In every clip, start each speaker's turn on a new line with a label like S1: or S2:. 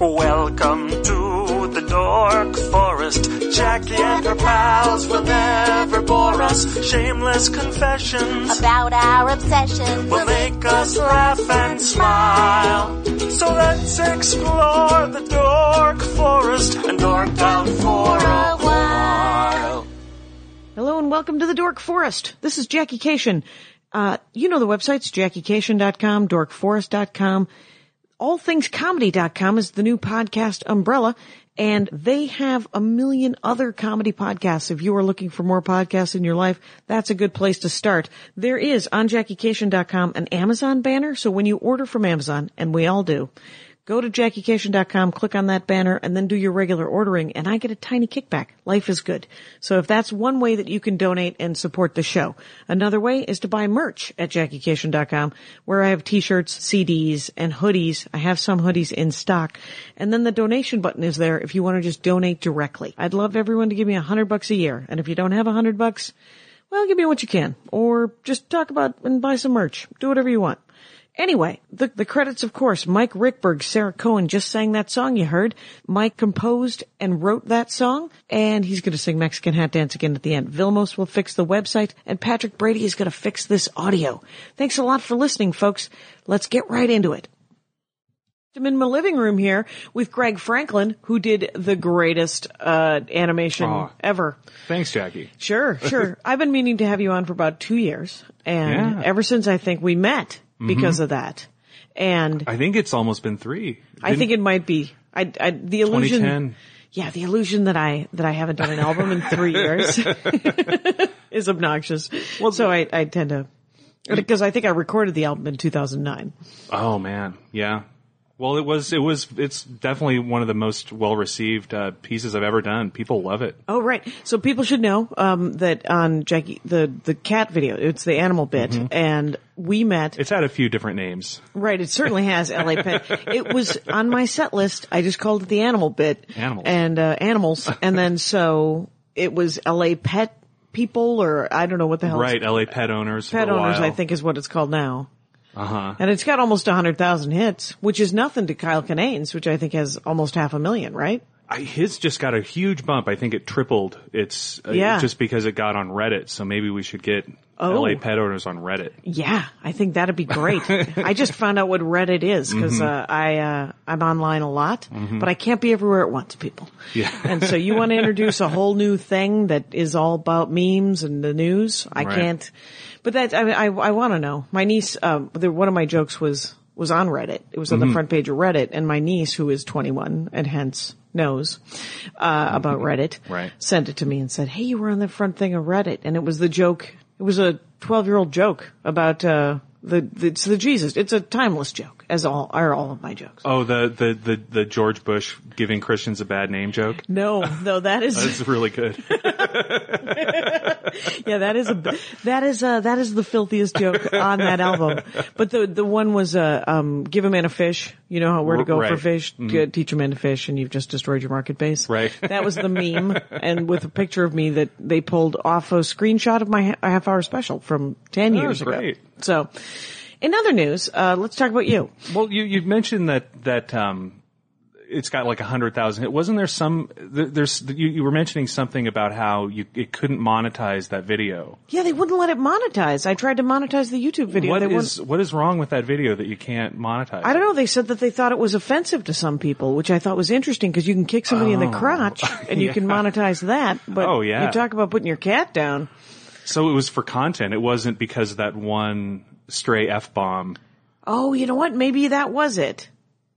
S1: Welcome to the Dork Forest. Jackie and her pals will never bore us. Shameless confessions
S2: about our obsession.
S1: will make us laugh and smile. So let's explore the Dork Forest and dork out for a while.
S3: Hello and welcome to the Dork Forest. This is Jackie Cation. Uh, you know the websites, jackiecation.com, dorkforest.com, allthingscomedy.com is the new podcast umbrella, and they have a million other comedy podcasts. If you are looking for more podcasts in your life, that's a good place to start. There is on jackiecation.com an Amazon banner, so when you order from Amazon, and we all do, Go to JackieCation.com, click on that banner, and then do your regular ordering, and I get a tiny kickback. Life is good. So if that's one way that you can donate and support the show. Another way is to buy merch at JackieCation.com, where I have t-shirts, CDs, and hoodies. I have some hoodies in stock. And then the donation button is there if you want to just donate directly. I'd love everyone to give me a hundred bucks a year, and if you don't have a hundred bucks, well, give me what you can, or just talk about and buy some merch. Do whatever you want. Anyway, the, the credits, of course, Mike Rickberg, Sarah Cohen just sang that song you heard. Mike composed and wrote that song, and he's going to sing Mexican Hat Dance again at the end. Vilmos will fix the website, and Patrick Brady is going to fix this audio. Thanks a lot for listening, folks. Let's get right into it. I'm in my living room here with Greg Franklin, who did the greatest uh, animation
S4: Aw.
S3: ever.
S4: Thanks, Jackie.
S3: Sure, sure. I've been meaning to have you on for about two years, and
S4: Yeah. Mm-hmm.
S3: ever since I think we met because of that. And
S4: I think it's almost been three.
S3: I think it might be I, I the illusion.
S4: 2010.
S3: Yeah, the illusion that I that I haven't done an album in three years is obnoxious. Well, so I, I tend to because I think I recorded the album in 2009.
S4: Oh man, yeah. Well, it was. It was. It's definitely one of the most well received uh, pieces I've ever done. People love it.
S3: Oh, right. So people should know um, that on Jackie the the cat video, it's the animal bit,
S4: Mm-hmm.
S3: and we met
S4: It's had a few different names.
S3: Right, it certainly has LA Pet. it was on my set list. I just called it the animal bit.
S4: Animals.
S3: And uh, animals. And then so it was LA Pet people or I don't know what the hell. it's-
S4: Right, L.A. Pet Owners.
S3: Pet
S4: for a
S3: owners,
S4: while.
S3: I think is what it's called now.
S4: Uh huh.
S3: And it's got almost 100,000 hits, which is nothing to Kyle Kinanes, which I think has almost half a million, right?
S4: His just got a huge bump. I think it tripled. It's uh,
S3: Yeah.
S4: just because it got on Reddit. So maybe we should get
S3: Oh.
S4: L.A. Pet Owners on Reddit.
S3: Yeah, I think that'd be great. I just found out what Reddit is because uh, I uh, I'm online a lot, but I can't be everywhere at once, people. Yeah. and so you want to introduce a whole new thing that is all about memes and the news? I
S4: Right.
S3: can't. But that I I, I want to know. My niece, um, the, one of my jokes was was on Reddit. It was on the front page of Reddit, and my niece, who is 21 and hence knows uh, about Reddit,
S4: Right.
S3: sent it to me and said, "Hey, you were on the front thing of Reddit," and it was the joke. It was a twelve-year-old joke about uh, the, the it's the Jesus. It's a timeless joke, as all are all of my jokes.
S4: Oh, the the the, the George Bush giving Christians a bad name joke.
S3: No, though that is
S4: That's really good.
S3: yeah that is a that is uh that is the filthiest joke on that album. But the the one was uh um give a man a fish. You know how where to
S4: R-
S3: go for
S4: right. Mm-hmm.
S3: fish. G- Teach a man to fish, and you've just destroyed your market base.
S4: Right.
S3: That was the meme, and with a picture of me that they pulled off a screenshot of my ha- half hour special from ten
S4: Oh,
S3: years ago.
S4: great.
S3: So, in other news, uh, let's talk about you.
S4: Well, you you mentioned that that um, it's got like a hundred thousand. It wasn't there some there, there's you, you were mentioning something about how you it couldn't monetize that video.
S3: Yeah, they wouldn't let it monetize. I tried to monetize the YouTube video.
S4: What
S3: they wouldn't-
S4: is what is wrong with that video that you can't monetize?
S3: I don't know. They said that they thought it was offensive to some people, which I thought was interesting because you can kick somebody in the crotch and you can monetize that. But
S4: Oh, yeah.
S3: you talk about putting your cat down.
S4: So it was for content. It wasn't because of that one stray f bomb.
S3: Oh, you know what? Maybe that was it.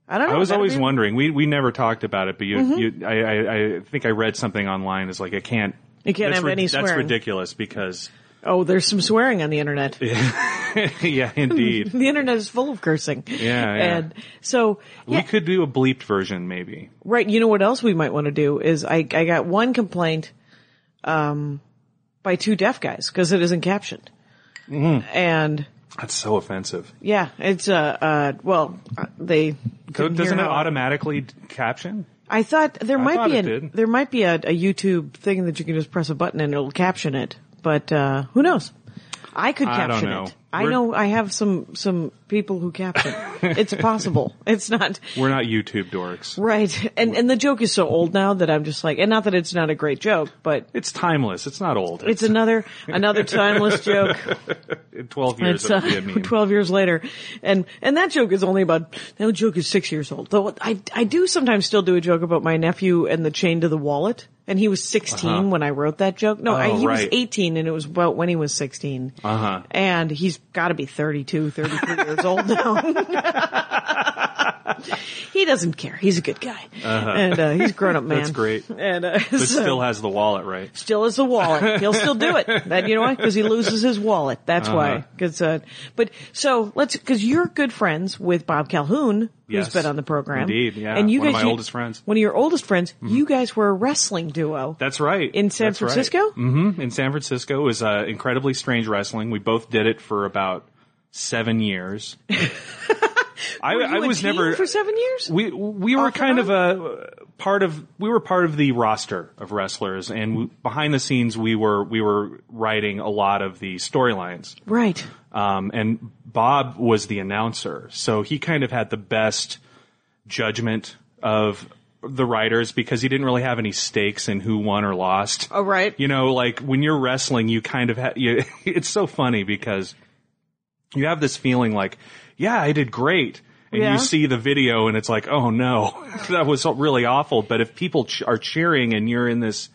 S3: I don't know.
S4: I was
S3: That'd
S4: always
S3: be-
S4: wondering. We we never talked about it, but you, you I, I I think I read something online. It's like I can't.
S3: You can't
S4: that's
S3: have
S4: rid-
S3: any
S4: That's
S3: swearing.
S4: ridiculous because
S3: Oh, there's some swearing on the internet.
S4: yeah, indeed.
S3: The internet is full of cursing.
S4: yeah.
S3: And so,
S4: We
S3: yeah,
S4: could do a bleeped version, maybe.
S3: right. You know what else we might want to do is I, I got one complaint, um, by two deaf guys because it isn't captioned.
S4: Mm-hmm.
S3: And
S4: That's so offensive.
S3: yeah, it's, uh, uh, well, uh, they,
S4: So
S3: couldn't hear
S4: doesn't it
S3: how-
S4: automatically d- caption?
S3: I thought there might
S4: thought
S3: be
S4: it
S3: a
S4: did.
S3: there might be a, a YouTube thing that you can just press a button and it'll caption it, but uh, who knows? I could
S4: I
S3: caption
S4: don't know.
S3: it. I
S4: We're-
S3: know I have some some people who caption. it's possible. It's not
S4: We're not YouTube dorks.
S3: right. And and the joke is so old now that I'm just like, and not that it's not a great joke, but
S4: It's timeless. It's not old.
S3: it's another another timeless joke.
S4: In 12 years,
S3: It's
S4: it'll
S3: uh,
S4: be a meme.
S3: 12 years later. And, and that joke is only about, that joke is six years old. Though I, I do sometimes still do a joke about my nephew and the chain to the wallet. And he was 16
S4: Uh-huh.
S3: when I wrote that joke. No, I,
S4: Oh,
S3: he was
S4: right.
S3: 18 and it was about when he was 16.
S4: Uh-huh.
S3: And he's gotta be 32, 33 years old now. he doesn't care. He's a good guy. And, uh, he's a grown up man.
S4: Uh-huh. That's great.
S3: And, uh,
S4: But still has the wallet, right?
S3: still has the wallet. He'll still do it. That you know why? Because he loses his wallet. That's why.
S4: Uh-huh.
S3: Because uh, but so let's because you're good friends with Bob Calhoun, who's
S4: Yes.
S3: been on the program.
S4: Indeed, yeah.
S3: And you
S4: One of
S3: guys,
S4: my
S3: you-
S4: oldest friends.
S3: One of your oldest friends. You guys were a wrestling duo.
S4: That's right.
S3: In San
S4: That's right.
S3: Francisco?
S4: hmm In San Francisco it was uh, incredibly strange wrestling. We both did it for about seven years. I,
S3: Were you
S4: I
S3: a
S4: was
S3: team
S4: never
S3: for seven years.
S4: We we were
S3: Off and
S4: kind of
S3: on?
S4: a part of we were part of the roster of wrestlers, and we, behind the scenes we were we were writing a lot of the storylines.
S3: right.
S4: Um, and Bob was the announcer, so he kind of had the best judgment of the writers because he didn't really have any stakes in who won or lost.
S3: Oh, right.
S4: You know, like when you're wrestling, you kind of ha- you, it's so funny because you have this feeling like, yeah, I did great. And
S3: Yeah.
S4: you see the video and it's like, oh no, that was really awful. But if people ch- are cheering and you're in this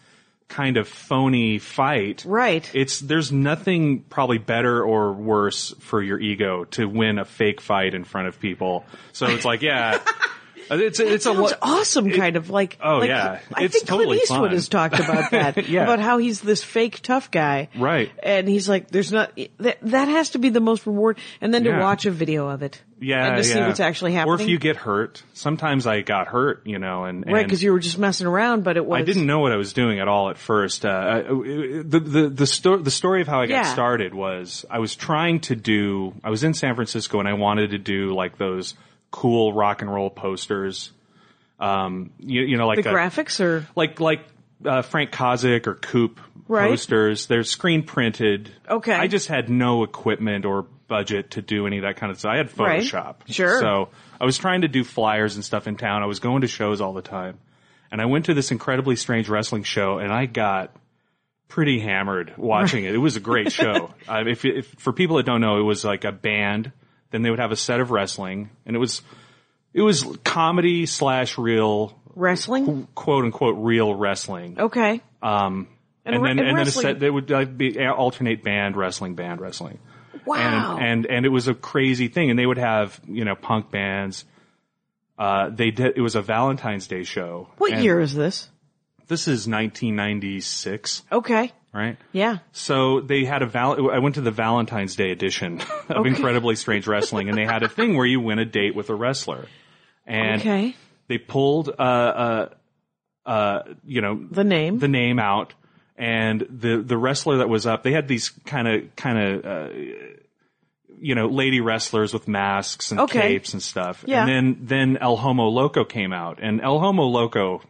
S4: kind of phony fight,
S3: Right.
S4: It's, there's nothing probably better or worse for your ego to win a fake fight in front of people. So it's like, yeah, it's, it's a,
S3: Sounds
S4: lo-
S3: awesome, kind of like.
S4: Oh,
S3: like,
S4: yeah.
S3: I
S4: It's
S3: think
S4: totally
S3: Clint Eastwood
S4: fun.
S3: has talked about that.
S4: Yeah.
S3: About how he's this fake tough guy,
S4: Right.
S3: And he's like, "There's not that. That has to be the most reward." And then to
S4: Yeah.
S3: watch a video of it,
S4: Yeah,
S3: and to see
S4: yeah.
S3: what's actually
S4: Or
S3: happening.
S4: if you get hurt, sometimes I got hurt, you know, and,
S3: right?
S4: and
S3: Because you were just messing around, but it was.
S4: I didn't know what I was doing at all at first. Uh, I- the the the, sto- the story of how I got
S3: Yeah.
S4: started was I was trying to do. I was in San Francisco and I wanted to do like those cool rock and roll posters. Um, you, you know, like
S3: the
S4: a-
S3: graphics or
S4: like like uh, Frank Kozik or Coop
S3: Right.
S4: posters. They're screen printed.
S3: Okay.
S4: I just had no equipment or budget to do any of that kind of stuff. I had
S3: Right.
S4: Photoshop.
S3: Sure.
S4: So I was trying to do flyers and stuff in town. I was going to shows all the time, and I went to this incredibly strange wrestling show, and I got pretty hammered watching it. It was a great show. um, if, if for people that don't know, it was like a band. Then they would have a set of wrestling, and it was it was comedy slash real
S3: wrestling.
S4: quote unquote real wrestling.
S3: Okay.
S4: Um,
S3: Oh, And
S4: and,
S3: re-
S4: then
S3: and
S4: and, then a
S3: wrestling-
S4: set, they would like, be uh, alternate band wrestling, band wrestling.
S3: Wow.
S4: And, and and it was a crazy thing. And they would have you know punk bands. Uh, they did. It was a Valentine's Day show.
S3: what
S4: And
S3: year is this?
S4: This is 1996,
S3: Okay.
S4: right?
S3: Yeah.
S4: So they had a val- I went to the Valentine's Day edition of Incredibly Strange Wrestling, and they had a thing where you win a date with a wrestler. And
S3: Okay.
S4: they pulled uh, uh, uh, you know
S3: The name.
S4: the name out, and the the wrestler that was up. They had these kind of kind of uh, you know lady wrestlers with masks and
S3: Okay.
S4: capes and stuff.
S3: Yeah.
S4: And then then El Homo Loco came out, and El Homo Loco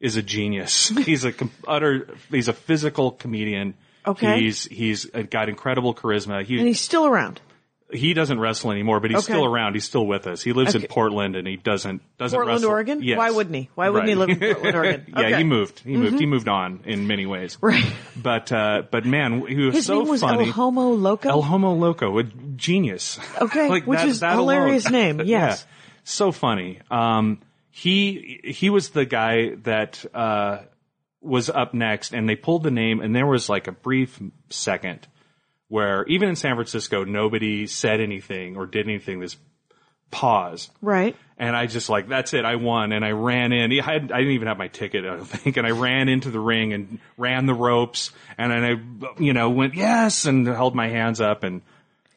S4: is a genius. He's a com- utter. He's a physical comedian.
S3: Okay.
S4: He's he's uh, got incredible charisma. He
S3: and he's still around.
S4: he doesn't wrestle anymore, but he's
S3: Okay.
S4: still around. He's still with us. He lives
S3: Okay.
S4: in Portland, and he doesn't doesn't
S3: Portland,
S4: wrestle.
S3: Oregon?
S4: Yes.
S3: Why wouldn't he? Why wouldn't he
S4: Right.
S3: live in Portland, Oregon?
S4: yeah,
S3: Okay. Mm-hmm.
S4: he moved. He moved. He moved on in many ways.
S3: Right.
S4: But uh, but man, he was
S3: His
S4: so
S3: name was
S4: funny.
S3: El Homo Loco.
S4: El Homo Loco, a genius.
S3: Okay, which
S4: is
S3: is hilarious name, yes.
S4: so funny. Um, he he was the guy that uh, was up next, and they pulled the name, and there was like a brief second where even in San Francisco, nobody said anything or did anything. This pause.
S3: right.
S4: And I just like, that's it. I won. And I ran in. I, had, I didn't even have my ticket, I don't think. And I ran into the ring and ran the ropes. And then I, you know, went, yes, and held my hands up. And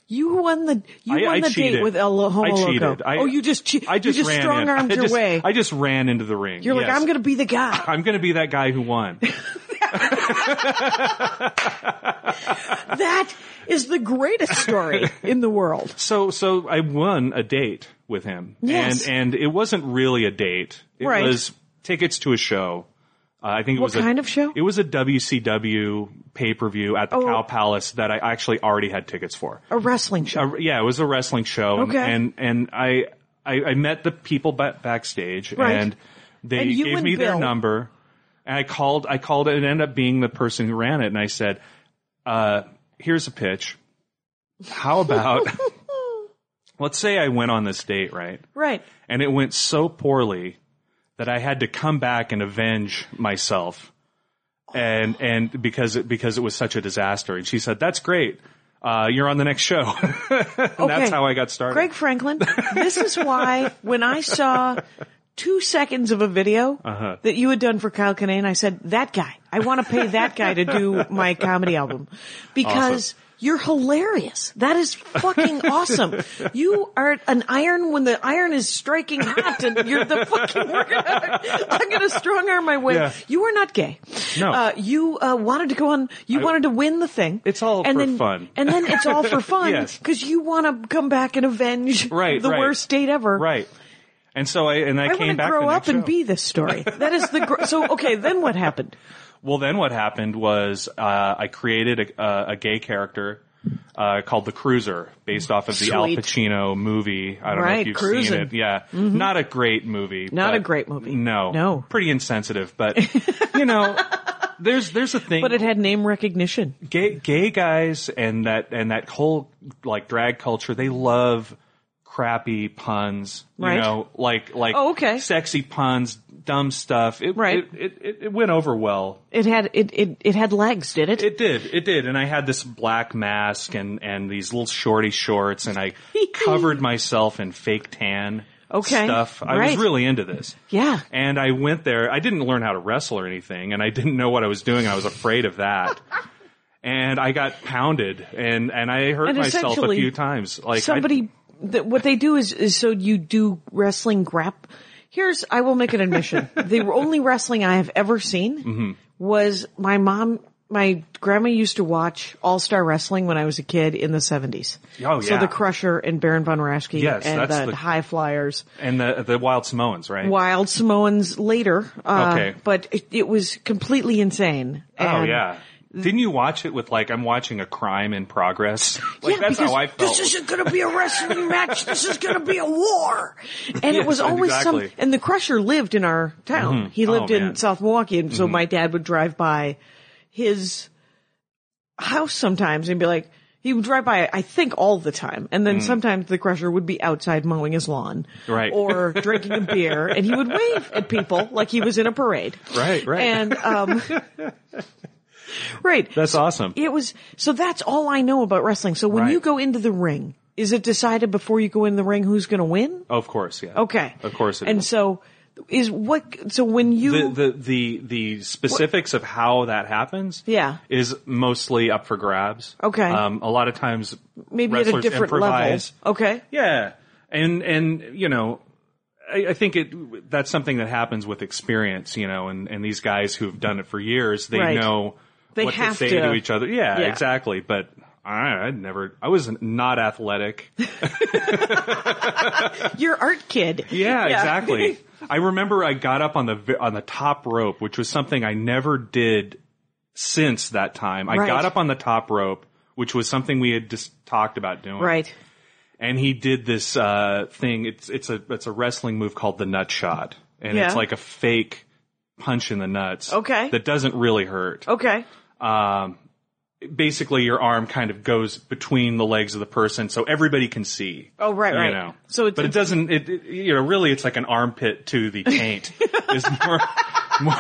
S3: You won the you
S4: I,
S3: won
S4: I
S3: the
S4: cheated.
S3: date with El Homo
S4: I cheated.
S3: Loco.
S4: I,
S3: oh, you just che-
S4: I just,
S3: you just
S4: ran
S3: strong
S4: in.
S3: armed
S4: I
S3: your
S4: just-
S3: way.
S4: I just ran into the ring.
S3: You're like,
S4: Yes.
S3: I'm going to be the guy.
S4: I'm gonna be that guy who won.
S3: that is the greatest story in the world.
S4: So, so I won a date with him,
S3: Yes.
S4: and and it wasn't really a date. It
S3: Right.
S4: was tickets to a show. Uh, I think it
S3: What
S4: was
S3: kind
S4: a,
S3: of show?
S4: It was a WCW pay per view at the
S3: Oh.
S4: Cow Palace that I actually already had tickets for.
S3: A wrestling show.
S4: Uh, yeah, it was a wrestling show, and
S3: Okay.
S4: and, and I, I I met the people ba- backstage,
S3: Right.
S4: and they
S3: And you
S4: gave
S3: and
S4: me their
S3: Bill.
S4: number, and I called I called it, and ended up being the person who ran it, and I said, uh, "Here's a pitch. How about let's say I went on this date, right?
S3: right.
S4: and it went so poorly that I had to come back and avenge myself. And and because it because it was such a disaster, and she said, "That's great, uh, you're on the next show." and that's how I got started.
S3: Greg Franklin, this is why when I saw two seconds of a video
S4: Uh-huh.
S3: that you had done for Kyle Kinane, I said, that guy, I want to pay that guy to do my comedy album because you're hilarious. That is fucking awesome. You are an iron when the iron is striking hot and you're the fucking, we're gonna, I'm going to strong arm my way.
S4: Yeah.
S3: You are not gay.
S4: No.
S3: Uh, you, uh, wanted to go on, you wanted to win the thing.
S4: It's all
S3: and
S4: for
S3: then,
S4: fun.
S3: And then it's all for fun
S4: Yes.
S3: because you want to come back and avenge
S4: Right,
S3: the
S4: right.
S3: worst date ever.
S4: right. And so I and I,
S3: I
S4: came
S3: want to
S4: back.
S3: grow
S4: the
S3: up
S4: next
S3: and
S4: show.
S3: be this story. That is the gr- so okay. Then what happened?
S4: Well, then what happened was uh, I created a, a, a gay character uh, called the Cruiser, based off of the Al
S3: Sweet.
S4: Pacino movie. I don't know
S3: Right,
S4: if you've
S3: Cruisin'. Mm-hmm.
S4: seen it. Yeah, not a great movie.
S3: Not
S4: but-
S3: a great movie.
S4: No,
S3: No.
S4: pretty insensitive. But you know, there's there's a thing.
S3: But it had name recognition.
S4: gay, gay guys and that and that whole like drag culture. They love crappy puns.
S3: Right.
S4: You know, like like
S3: Oh, okay.
S4: sexy puns, dumb stuff. It,
S3: Right.
S4: It, it, it, it went over well.
S3: It had it it, it had legs. Did it?
S4: It did. It did. And I had this black mask and, and these little shorty shorts and I covered myself in fake tan
S3: Okay.
S4: stuff. I
S3: Right.
S4: was really into this.
S3: Yeah.
S4: And I went there. I didn't learn how to wrestle or anything and I didn't know what I was doing. and I was afraid of that. and I got pounded and, and I hurt
S3: And
S4: myself a
S3: essentially,
S4: few times. Like I-
S3: Somebody. that what they do is is so you do wrestling grap. Here's I will make an admission. the only wrestling I have ever seen
S4: Mm-hmm.
S3: was my mom. My grandma used to watch All Star Wrestling when I was a kid in the seventies.
S4: Oh,
S3: So
S4: yeah.
S3: the Crusher and Baron von Raschke
S4: Yes,
S3: and
S4: that's
S3: the,
S4: the-
S3: High Flyers,
S4: and the, the wild Samoans, right?
S3: Wild Samoans later. Uh,
S4: Okay.
S3: but it, it was completely insane.
S4: Oh
S3: And-
S4: yeah. Didn't you watch it with like I'm watching a crime in progress? Like
S3: yeah,
S4: that's
S3: because
S4: how I felt.
S3: This isn't going to be a wrestling match. This is going to be a war. And it
S4: Yes,
S3: was always
S4: exactly.
S3: some. And the Crusher lived in our town. He lived
S4: Oh,
S3: in
S4: man. Mm-hmm.
S3: South Milwaukee, and so my dad would drive by his house sometimes and be like, he would drive by, I think, all the time. And then sometimes the Crusher would be outside mowing his lawn,
S4: Mm. Right.
S3: or drinking a beer, and he would wave at people like he was in a parade.
S4: Right, right.
S3: And um, right.
S4: That's awesome.
S3: It was so that's all I know about wrestling. So when
S4: Right.
S3: you go into the ring, is it decided before you go in the ring who's going to win?
S4: Of course, yeah.
S3: Okay.
S4: Of course it
S3: and
S4: is.
S3: so is what so when you
S4: the, the the the specifics of how that happens
S3: Yeah.
S4: is mostly up for grabs.
S3: Okay.
S4: Um a lot of times
S3: maybe at a
S4: wrestlers
S3: different
S4: improvise.
S3: level. Okay.
S4: Yeah. And and you know I, I think it that's something that happens with experience, you know, and, and these guys who've done it for years, they
S3: Right.
S4: know
S3: They
S4: what
S3: have
S4: to say
S3: to.
S4: to, each other. Yeah,
S3: Yeah.
S4: exactly. But I, I'd never I was not athletic.
S3: You're art kid.
S4: Yeah, exactly. I remember I got up on the vi- on the top rope, which was something I never did since that time. I
S3: Right.
S4: got up on the top rope, which was something we had just talked about doing.
S3: right.
S4: And he did this uh, thing. It's it's a it's a wrestling move called the nut shot, and
S3: Yeah.
S4: it's like a fake punch in the nuts.
S3: Okay.
S4: That doesn't really hurt.
S3: Okay.
S4: Um, basically, your arm kind of goes between the legs of the person, so everybody can see.
S3: Oh, right,
S4: you
S3: right.
S4: Know.
S3: So it's-
S4: but it doesn't. It, it- you know really it's like an armpit to the taint is more, more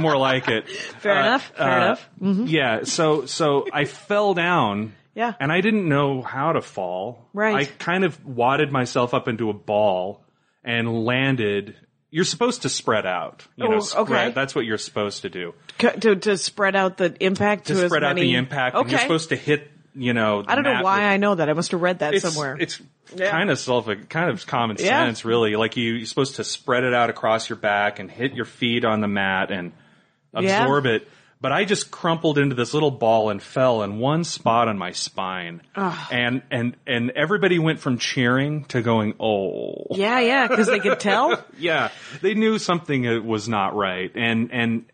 S4: more like it. Uh,
S3: Fair enough, fair enough. Mm-hmm.
S4: Yeah. So so I fell down.
S3: Yeah.
S4: And I didn't know how to fall.
S3: Right.
S4: I kind of wadded myself up into a ball and landed. You're supposed to spread out. You
S3: Oh,
S4: know,
S3: okay.
S4: spread. That's what you're supposed to do
S3: C- to to spread out the impact to,
S4: to
S3: as
S4: spread out
S3: many-
S4: the impact.
S3: Okay.
S4: And you're supposed to hit, you know.
S3: I don't know why I know that. I must have read that
S4: it's,
S3: somewhere.
S4: It's
S3: Yeah.
S4: kind of self, kind of common
S3: Yeah.
S4: sense, really. Like you, you're supposed to spread it out across your back and hit your feet on the mat and
S3: Yeah.
S4: absorb it. But I just crumpled into this little ball and fell in one spot on my spine, and and and everybody went from cheering to going, "Oh,
S3: yeah, yeah, because they could tell.
S4: yeah, they knew something uh, was not right, and and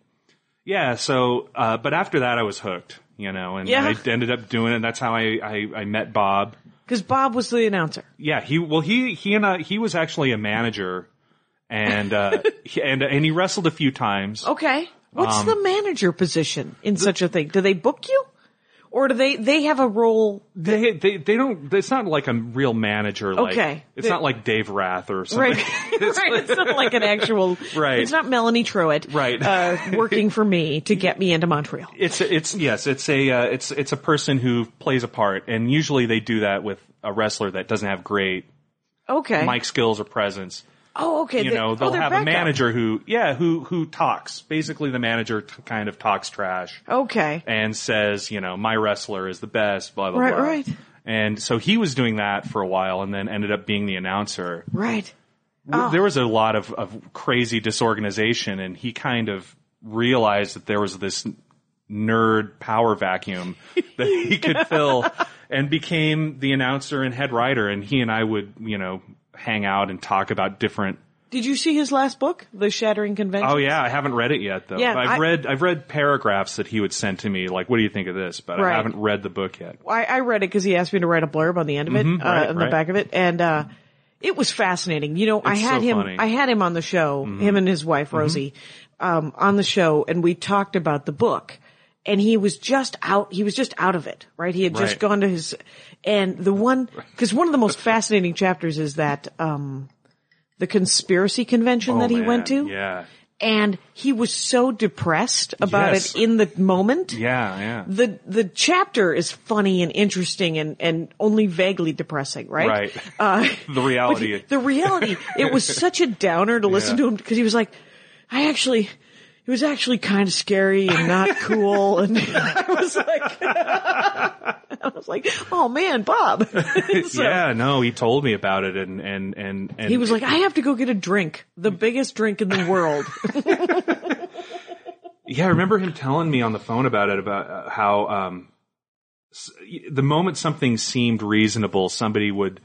S4: yeah, so uh, but after that I was hooked, you know, and
S3: Yeah.
S4: I ended up doing it. And that's how I, I I met Bob.
S3: Because Bob was the announcer.
S4: Yeah, he well he he and I he was actually a manager, and uh, he- and and he wrestled a few times.
S3: Okay. What's the
S4: Um,
S3: manager position in such a thing? Do they book you? Or do they, they have a role?
S4: They, they they don't. It's not like a real manager. Like,
S3: Okay.
S4: It's not like Dave Rath or something.
S3: Right. right. It's not like an actual,
S4: Right.
S3: it's not Melanie Truitt,
S4: Right.
S3: uh, working for me to get me into Montreal.
S4: It's it's yes. It's a uh, it's it's a person who plays a part, and usually they do that with a wrestler that doesn't have great
S3: Okay.
S4: mic skills or presence.
S3: Oh, okay.
S4: You
S3: They-
S4: know,
S3: oh,
S4: they'll
S3: they're
S4: have a
S3: backup.
S4: manager who yeah who who talks. Basically, the manager t- kind of talks trash.
S3: Okay.
S4: and says, you know, my wrestler is the best, blah blah
S3: Right,
S4: blah.
S3: right.
S4: And so he was doing that for a while, and then ended up being the announcer.
S3: Right. Ah.
S4: W- There was a lot of, of crazy disorganization, and he kind of realized that there was this nerd power vacuum that he could fill, and became the announcer and head writer. And he and I would, you know, hang out and talk about different.
S3: Did you see his last book, The Shattering Convention?
S4: Oh yeah, I haven't read it yet though.
S3: Yeah,
S4: I've
S3: I-
S4: read I've read paragraphs that he would send to me, like, "What do you think of this?" But
S3: Right.
S4: I haven't read the book yet.
S3: I, I read it because he asked me to write a blurb on the end of it, uh,
S4: Mm-hmm. right,
S3: on the
S4: right.
S3: back of it, and uh, it was fascinating. You know, I
S4: It's
S3: had
S4: so
S3: him,
S4: funny. Mm-hmm.
S3: I had him on the show, him and his wife Rosie, um, on the show, and we talked about the book. And he was just out. He was just out of it, right? He had just
S4: Right.
S3: gone to his, and the one because one of the most fascinating chapters is that um, the conspiracy convention that he
S4: Oh, man,
S3: went to,
S4: Yeah.
S3: and he was so depressed about
S4: Yes.
S3: it in the moment
S4: Yeah, yeah.
S3: the the chapter is funny and interesting and and only vaguely depressing, right?
S4: Right.
S3: Uh,
S4: The reality.
S3: the reality. It was such a downer to listen
S4: Yeah.
S3: to him because he was like, I actually. It was actually kind of scary and not cool, and I was like, I was like, oh man, Bob. So
S4: yeah, no, he told me about it and and and, and
S3: uh, He was like, I have to go get a drink, the biggest drink in the world.
S4: Yeah, I remember him telling me on the phone about it about uh, how um s- y- the moment something seemed reasonable, somebody would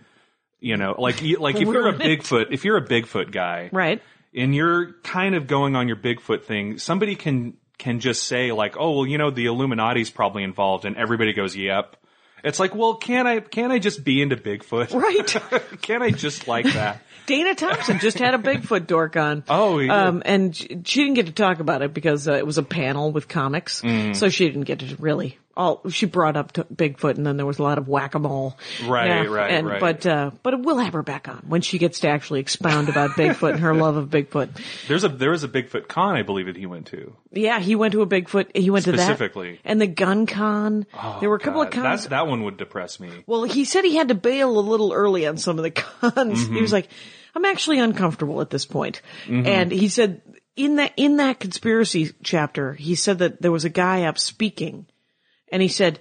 S4: you know, like you- like if you're a
S3: Ruin it.
S4: Bigfoot, if you're a Bigfoot guy,
S3: right?
S4: and you're kind of going on your Bigfoot thing, somebody can can just say like, "Oh, well, you know, the Illuminati's probably involved," and everybody goes, "Yep." It's like, well, can I can I just be into Bigfoot?
S3: Right.
S4: can I just like that?
S3: Dana Thompson just had a Bigfoot dork on.
S4: Oh, he did.
S3: um, and she she didn't get to talk about it because uh, it was a panel with comics,
S4: Mm.
S3: so she didn't get to really. All she brought up to Bigfoot, and then there was a lot of whack a mole.
S4: Right, right, right.
S3: But uh, but we'll have her back on when she gets to actually expound about Bigfoot and her love of Bigfoot.
S4: There's a there was a Bigfoot con, I believe, that he went to.
S3: Yeah, he went to a Bigfoot. He went to
S4: Specifically. Oh,
S3: that and the gun con. there were a couple of
S4: God,
S3: cons.
S4: That, that one would depress me.
S3: Well, he said he had to bail a little early on some of the cons. He was like, I'm actually uncomfortable at this point. And he said in that, in that conspiracy chapter, he said that there was a guy up speaking and he said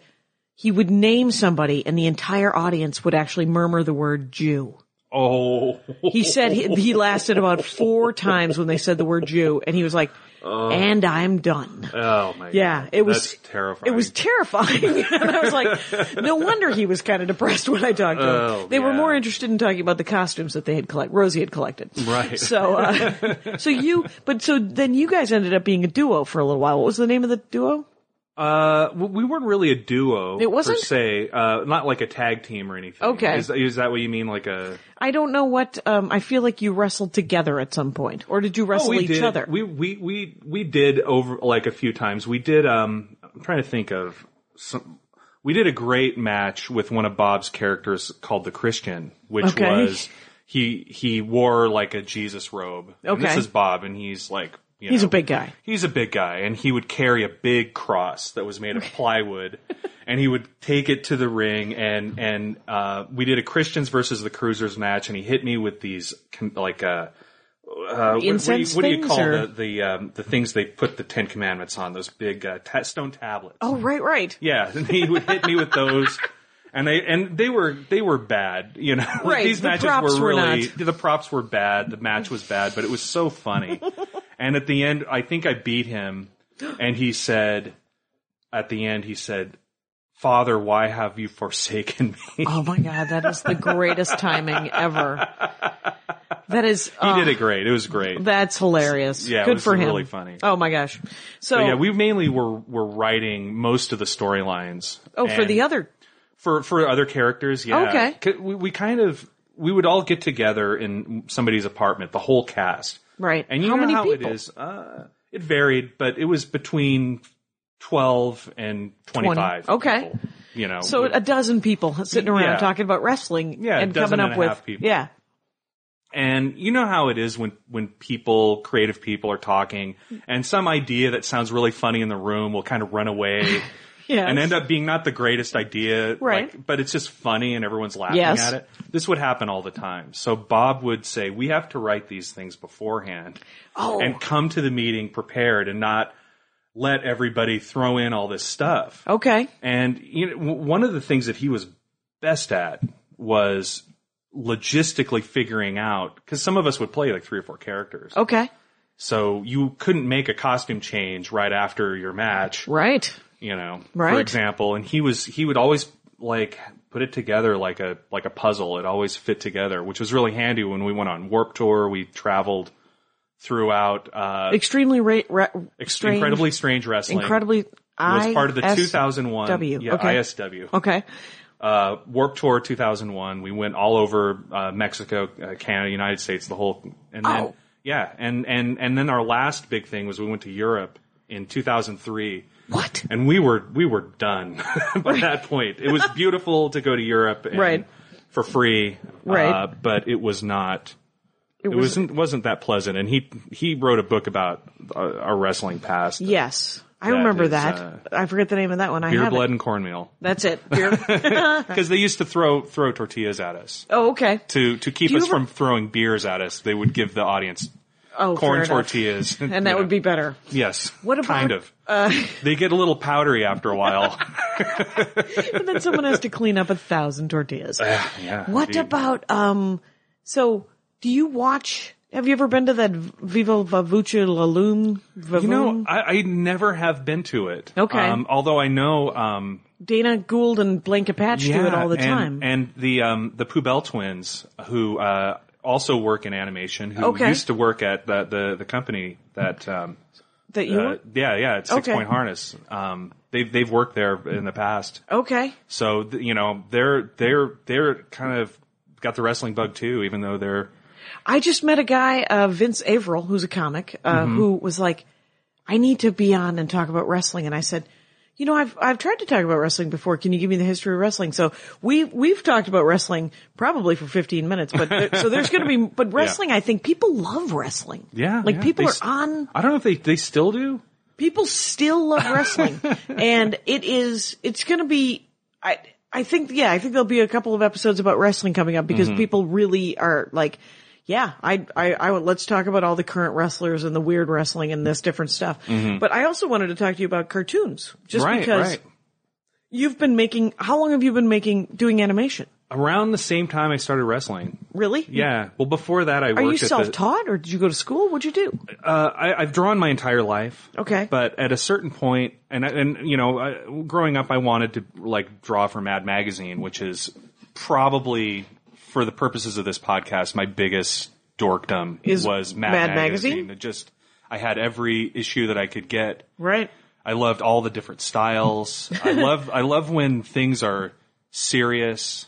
S3: he would name somebody and the entire audience would actually murmur the word Jew.
S4: Oh,
S3: He said he, he lasted about four times when they said the word Jew and he was like, and I'm done.
S4: oh my.
S3: Yeah,
S4: God.
S3: it was
S4: That's terrifying.
S3: It was terrifying. and I was like, no wonder he was kind of depressed when I talked to him.
S4: Oh,
S3: they were
S4: yeah.
S3: more interested in talking about the costumes that they had collect Rosie had collected.
S4: Right.
S3: So, uh, so you, but so then you guys ended up being a duo for a little while. What was the name of the duo?
S4: Uh, well, we weren't really a duo.
S3: It wasn't?
S4: per se. Uh, not like a tag team or anything.
S3: Okay.
S4: Is, is that what you mean? Like a
S3: I don't know what. Um, I feel like you wrestled together at some point, or did you wrestle
S4: Oh, we
S3: each
S4: did,
S3: other?
S4: We we we we did over like a few times. We did. Um, I'm trying to think of some. We did a great match with one of Bob's characters called the Christian, which
S3: Okay.
S4: was he he wore like a Jesus robe. And this
S3: Okay.
S4: is Bob, and he's like you
S3: He's
S4: know,
S3: a big guy.
S4: He's a big guy, and he would carry a big cross that was made of plywood, and he would take it to the ring. and And uh, we did a Christians versus the Cruisers match, and he hit me with these con- like uh, uh, what-
S3: Incense
S4: what, do you,
S3: things,
S4: what do you call
S3: or-
S4: the the, um, the things they put the Ten Commandments on? Those big uh, ta- stone tablets.
S3: Oh, right, right.
S4: Yeah, and he would hit me with those. And they and they were they were bad, you know. Like,
S3: Right,
S4: These
S3: the
S4: matches
S3: props
S4: were
S3: were
S4: really
S3: not.
S4: the props were bad. The match was bad, but it was so funny. and at the end, I think I beat him, and he said, at the end, he said, "Father, why have you forsaken me?"
S3: Oh my god, that is the greatest timing ever. That is,
S4: He
S3: uh,
S4: did it great. It was great.
S3: that's hilarious.
S4: Yeah, it
S3: Good
S4: was
S3: for him.
S4: really funny.
S3: Oh my gosh. So,
S4: But yeah, we mainly were were writing most of the storylines.
S3: oh, for
S4: And
S3: the other,
S4: for for other characters. Yeah,
S3: Okay.
S4: 'Cause We, we kind of we would all get together in somebody's apartment, the whole cast.
S3: right.
S4: And you
S3: how
S4: know
S3: many
S4: how
S3: people?
S4: it is. Uh, it varied, but it was between twelve and twenty five.
S3: Okay.
S4: people, you know.
S3: So a dozen people sitting around
S4: Yeah.
S3: talking about wrestling
S4: Yeah, a
S3: and
S4: dozen
S3: coming up
S4: and a
S3: with,
S4: half people.
S3: yeah,
S4: And you know how it is when, when people, creative people are talking and some idea that sounds really funny in the room will kind of run away
S3: yeah.
S4: and end up being not the greatest idea. like,
S3: Right.
S4: but it's just funny and everyone's laughing
S3: Yes.
S4: at it. This would happen all the time. So Bob would say, we have to write these things beforehand
S3: Oh.
S4: and come to the meeting prepared and not let everybody throw in all this stuff.
S3: okay.
S4: And you know, w- one of the things that he was best at was logistically figuring out because some of us would play like three or four characters,
S3: Okay.
S4: so you couldn't make a costume change right after your match,
S3: Right.
S4: you know,
S3: Right.
S4: for example. And he was he would always like put it together like a like a puzzle. It always fit together, which was really handy when we went on Warp Tour. We traveled throughout uh,
S3: Extremely ra- ra- strange,
S4: incredibly strange wrestling.
S3: incredibly.
S4: was
S3: I
S4: part of the 2001
S3: W,
S4: yeah,
S3: okay.
S4: ISW
S3: Okay.
S4: uh, Warp Tour 2001. We went all over uh, Mexico, uh, Canada, United States, the whole. And then,
S3: Oh.
S4: yeah, and and and then our last big thing was we went to Europe in 2003,
S3: What?
S4: and we were we were done by that point. It was beautiful to go to Europe, and
S3: Right.
S4: For free, uh,
S3: Right.
S4: but it was not. It,
S3: was-
S4: wasn't wasn't that pleasant, and he he wrote a book about uh, our wrestling past.
S3: Yes. I
S4: That
S3: remember
S4: is,
S3: that.
S4: uh,
S3: I forget the name of that one. I
S4: Beer,
S3: have
S4: blood,
S3: it.
S4: and cornmeal,
S3: That's it. Beer.
S4: because they used to throw throw tortillas at us.
S3: oh, okay.
S4: to to keep
S3: Do you
S4: us
S3: ever-
S4: from throwing beers at us, they would give the audience
S3: Oh, fair
S4: corn
S3: enough.
S4: tortillas,
S3: And that would be better.
S4: yes.
S3: What about- uh,
S4: kind of? they get a little powdery after a while.
S3: And then someone has to clean up a thousand tortillas.
S4: yeah,
S3: What
S4: indeed.
S3: about um? So, do you watch? Have you ever been to that Viva La Vucha La Loom?
S4: You know, I, I never have been to it.
S3: Mm-hmm. Okay.
S4: Um, although I know, um,
S3: Dana Gould and Blanca Patch do it all the
S4: and,
S3: time.
S4: And the um, the Poubel twins, who uh, also work in animation, who
S3: Okay.
S4: used to work at the the, the company that um,
S3: that you
S4: uh, yeah yeah at Six
S3: Okay.
S4: Point Harness. Um, they've they've worked there in the past.
S3: okay?
S4: So th- you know they're they're they're kind of got the wrestling bug too, even though they're
S3: I just met a guy, uh, Vince Averill, who's a comic, uh,
S4: Mm-hmm.
S3: who was like, I need to be on and talk about wrestling. And I said, you know, I've, I've tried to talk about wrestling before. Can you give me the history of wrestling? So we, we've talked about wrestling probably for 15 minutes, but there, so there's going to be, but wrestling, I think people love wrestling.
S4: Yeah,
S3: Like
S4: yeah.
S3: people
S4: They
S3: are
S4: s-
S3: on,
S4: I don't know if they they still do.
S3: people still love wrestling and it is, it's going to be, I, I think, yeah, I think there'll be a couple of episodes about wrestling coming up
S4: Mm-hmm.
S3: because people really are like, yeah, I, I, I, would- let's talk about all the current wrestlers and the weird wrestling and this different stuff. But I also wanted to talk to you about cartoons just
S4: Mm-hmm. right,
S3: because
S4: right.
S3: you've been making, how long have you been making, doing animation?
S4: Around the same time I started wrestling.
S3: Really?
S4: Yeah. Well, before that I
S3: Are you
S4: worked at the,
S3: self-taught or did you go to school? What'd you do?
S4: uh, I, I've drawn my entire life.
S3: Okay.
S4: But at a certain point, and I- and you know, I, growing up, I wanted to like draw for Mad Magazine, which is probably for the purposes of this podcast, my biggest dorkdom
S3: Is
S4: was Mad,
S3: Mad
S4: Magazine.
S3: Magazine?
S4: It just I had every issue that I could get.
S3: Right.
S4: I loved all the different styles. I love I love when things are serious,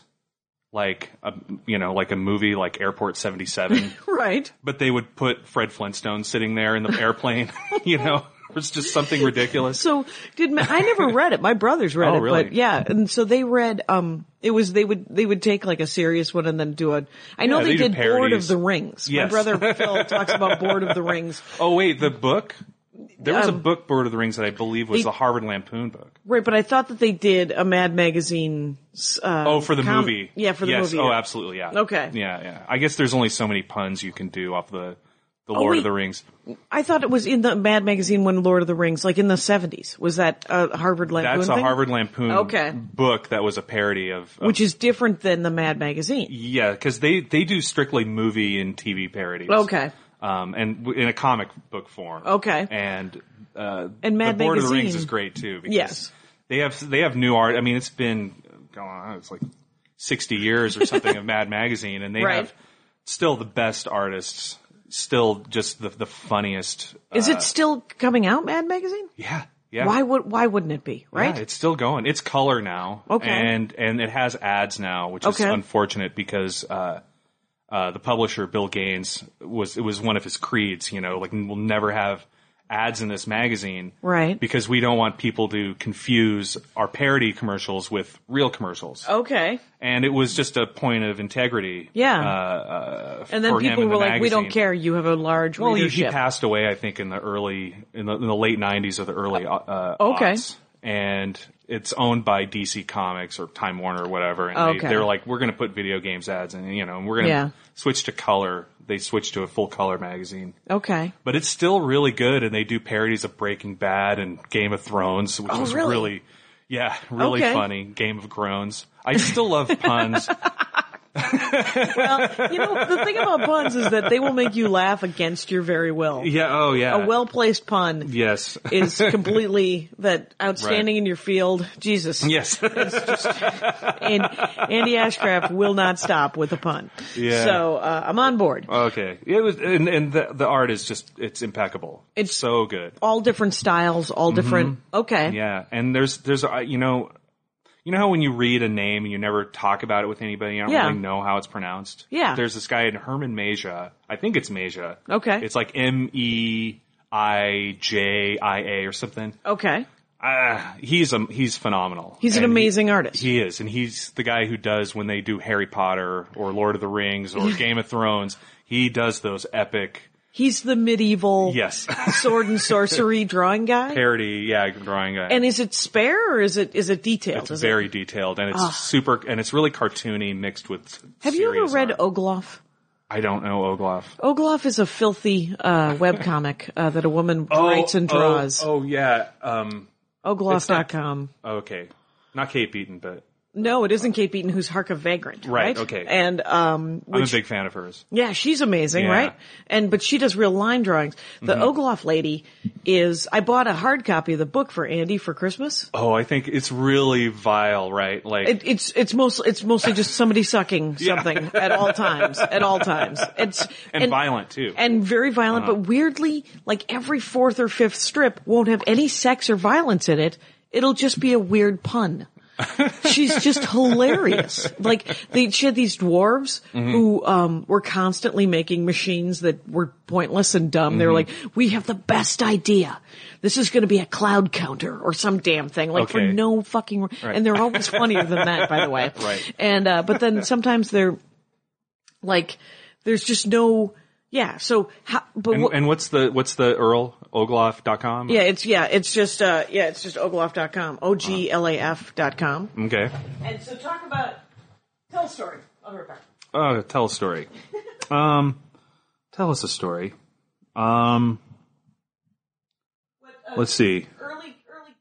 S4: like a, you know, like a movie like Airport seventy seven
S3: Right.
S4: but they would put Fred Flintstone sitting there in the airplane, you know. It's just something ridiculous.
S3: So did Ma- I never read it? My brothers read
S4: Oh,
S3: it,
S4: really?
S3: but yeah, and so they read. Um, it was they would they would take like a serious one and then do a. I know
S4: Yeah,
S3: they,
S4: they do
S3: did Board of
S4: parodies.
S3: the Rings. My
S4: Yes.
S3: brother Phil talks about Board of the Rings.
S4: Oh wait, the book? There was a
S3: Um,
S4: book Board of the Rings that I believe was
S3: they-
S4: the Harvard Lampoon book.
S3: Right, but I thought that they did a Mad Magazine. Uh,
S4: Oh, for the
S3: com-
S4: movie.
S3: Yeah, for the
S4: yes.
S3: movie.
S4: Oh, absolutely, yeah.
S3: Okay.
S4: Yeah, yeah. I guess there's only so many puns you can do off the the Lord
S3: Oh, wait.
S4: of the Rings.
S3: I thought it was in the Mad Magazine when Lord of the Rings, like in the seventies. Was that a Harvard Lampoon
S4: That's a
S3: thing?
S4: Harvard Lampoon
S3: Okay.
S4: book that was a parody of, of
S3: which is different than the Mad Magazine.
S4: Yeah, because they they do strictly movie and TV parodies.
S3: Okay.
S4: Um, and w- in a comic book form.
S3: Okay.
S4: And uh,
S3: And Mad
S4: the Lord of the Rings
S3: Magazine.
S4: is great too. Because
S3: Yes.
S4: They have they have new art. I mean, it's been going on. It's like sixty years or something of Mad Magazine, and they
S3: Right.
S4: have still the best artists, still just the the funniest.
S3: Is it still coming out, Mad Magazine?
S4: Yeah, Uh, yeah.
S3: Why would why wouldn't it be? Right?
S4: Yeah, it's still going. It's color now.
S3: Okay.
S4: And and it has ads now, which is
S3: Okay.
S4: unfortunate because uh, uh, the publisher Bill Gaines was it was one of his creeds. You know, like we'll never have ads in this magazine,
S3: Right.
S4: Because we don't want people to confuse our parody commercials with real commercials.
S3: Oh. okay.
S4: And it was just a point of integrity.
S3: Yeah.
S4: Uh, uh,
S3: And then
S4: for him
S3: people
S4: in
S3: were
S4: the
S3: like, "We don't
S4: magazine.
S3: care. Oh, You have a large
S4: Well, he, he
S3: readership."
S4: passed away, I think, in the early in the, in the late '90s or the early uh, uh,
S3: okay.
S4: aughts. and it's owned by DC Comics or Time Warner or whatever. And
S3: Okay.
S4: they, they're like, we're going to put video games ads, and you know, and we're going to
S3: Yeah.
S4: switch to color. They switched to a full color magazine,
S3: okay.
S4: but it's still really good, and they do parodies of Breaking Bad and Game of Thrones, which
S3: Oh,
S4: was
S3: really?
S4: really? yeah, really
S3: Okay.
S4: funny. Game of Groans. I still love puns.
S3: you know, the thing about puns is that they will make you laugh against your very will.
S4: yeah. Oh yeah.
S3: A well placed pun
S4: yes.
S3: is completely that outstanding
S4: Right.
S3: in your field. Jesus.
S4: yes.
S3: And Andy Ashcraft will not stop with a pun.
S4: Yeah.
S3: So uh, I'm on board.
S4: Okay. It was, and, and the, the art is just, it's impeccable.
S3: It's-
S4: It's so good.
S3: All different styles, all different. Okay.
S4: Mm-hmm. Yeah. And there's, there's, uh, you know, you know how when you read a name and you never talk about it with anybody, you don't
S3: Yeah.
S4: really know how it's pronounced?
S3: Yeah.
S4: There's this guy in Herman Mejia. I think it's Mejia.
S3: Okay.
S4: It's like E M-E-I-J-I-A or something.
S3: Okay.
S4: Ah, he's a, he's phenomenal.
S3: He's an
S4: And he-
S3: amazing artist.
S4: He is, and he's the guy who does when they do Harry Potter or Lord of the Rings or Game of Thrones. He does those epic,
S3: He's the medieval
S4: yes,
S3: sword and sorcery drawing guy.
S4: parody, yeah, drawing guy.
S3: And is it spare or is it is it detailed?
S4: it's
S3: Is it-
S4: very detailed and it's super and it's really cartoony mixed with.
S3: Ah. have you ever
S4: serious
S3: read
S4: art.
S3: Ogloff?
S4: I don't know Ogloff.
S3: Ogloff is a filthy uh, webcomic uh, that a woman writes and draws.
S4: Oh, yeah. Um.
S3: Ogloff.com.
S4: Okay. Not Kate Beaton, but
S3: No, it isn't Kate Beaton who's Hark of Vagrant. Right,
S4: Right, okay.
S3: And, um,
S4: I'm a
S3: which,
S4: big fan of hers.
S3: yeah, she's amazing,
S4: Yeah. Mm-hmm.
S3: right? And, but she does real line drawings. The Ogloff lady is, I bought a hard copy of the book for Andy for Christmas.
S4: Oh, I think it's really vile, right? Like
S3: It, it's, it's mostly, it's mostly just somebody sucking something at all times, at all times. It's,
S4: and, violent too. Uh-huh.
S3: and very violent, but weirdly, like every fourth or fifth strip won't have any sex or violence in it. It'll just be a weird pun. She's just hilarious. Like they, she had these dwarves
S4: Mm-hmm.
S3: who um, were constantly making machines that were pointless and dumb. They were like,
S4: Mm-hmm.
S3: "We have the best idea. This is going to be a cloud counter or some damn thing, like for
S4: Okay.
S3: no fucking." And they're always funnier than that, by the way.
S4: Right.
S3: And uh, but then sometimes they're like, there's just no, yeah. So how, but
S4: and,
S3: what,
S4: and what's the what's the Earl Ogloff.com?
S3: yeah, it's, yeah, it's just, uh, yeah, it's just ogloff.com, O-G-L-A-F dot com.
S4: Okay.
S3: Uh-huh. And so talk about, tell a story. I'll be right back.
S4: Oh, tell a story. um, tell us a story. Um, let's see.
S3: uh, Early, early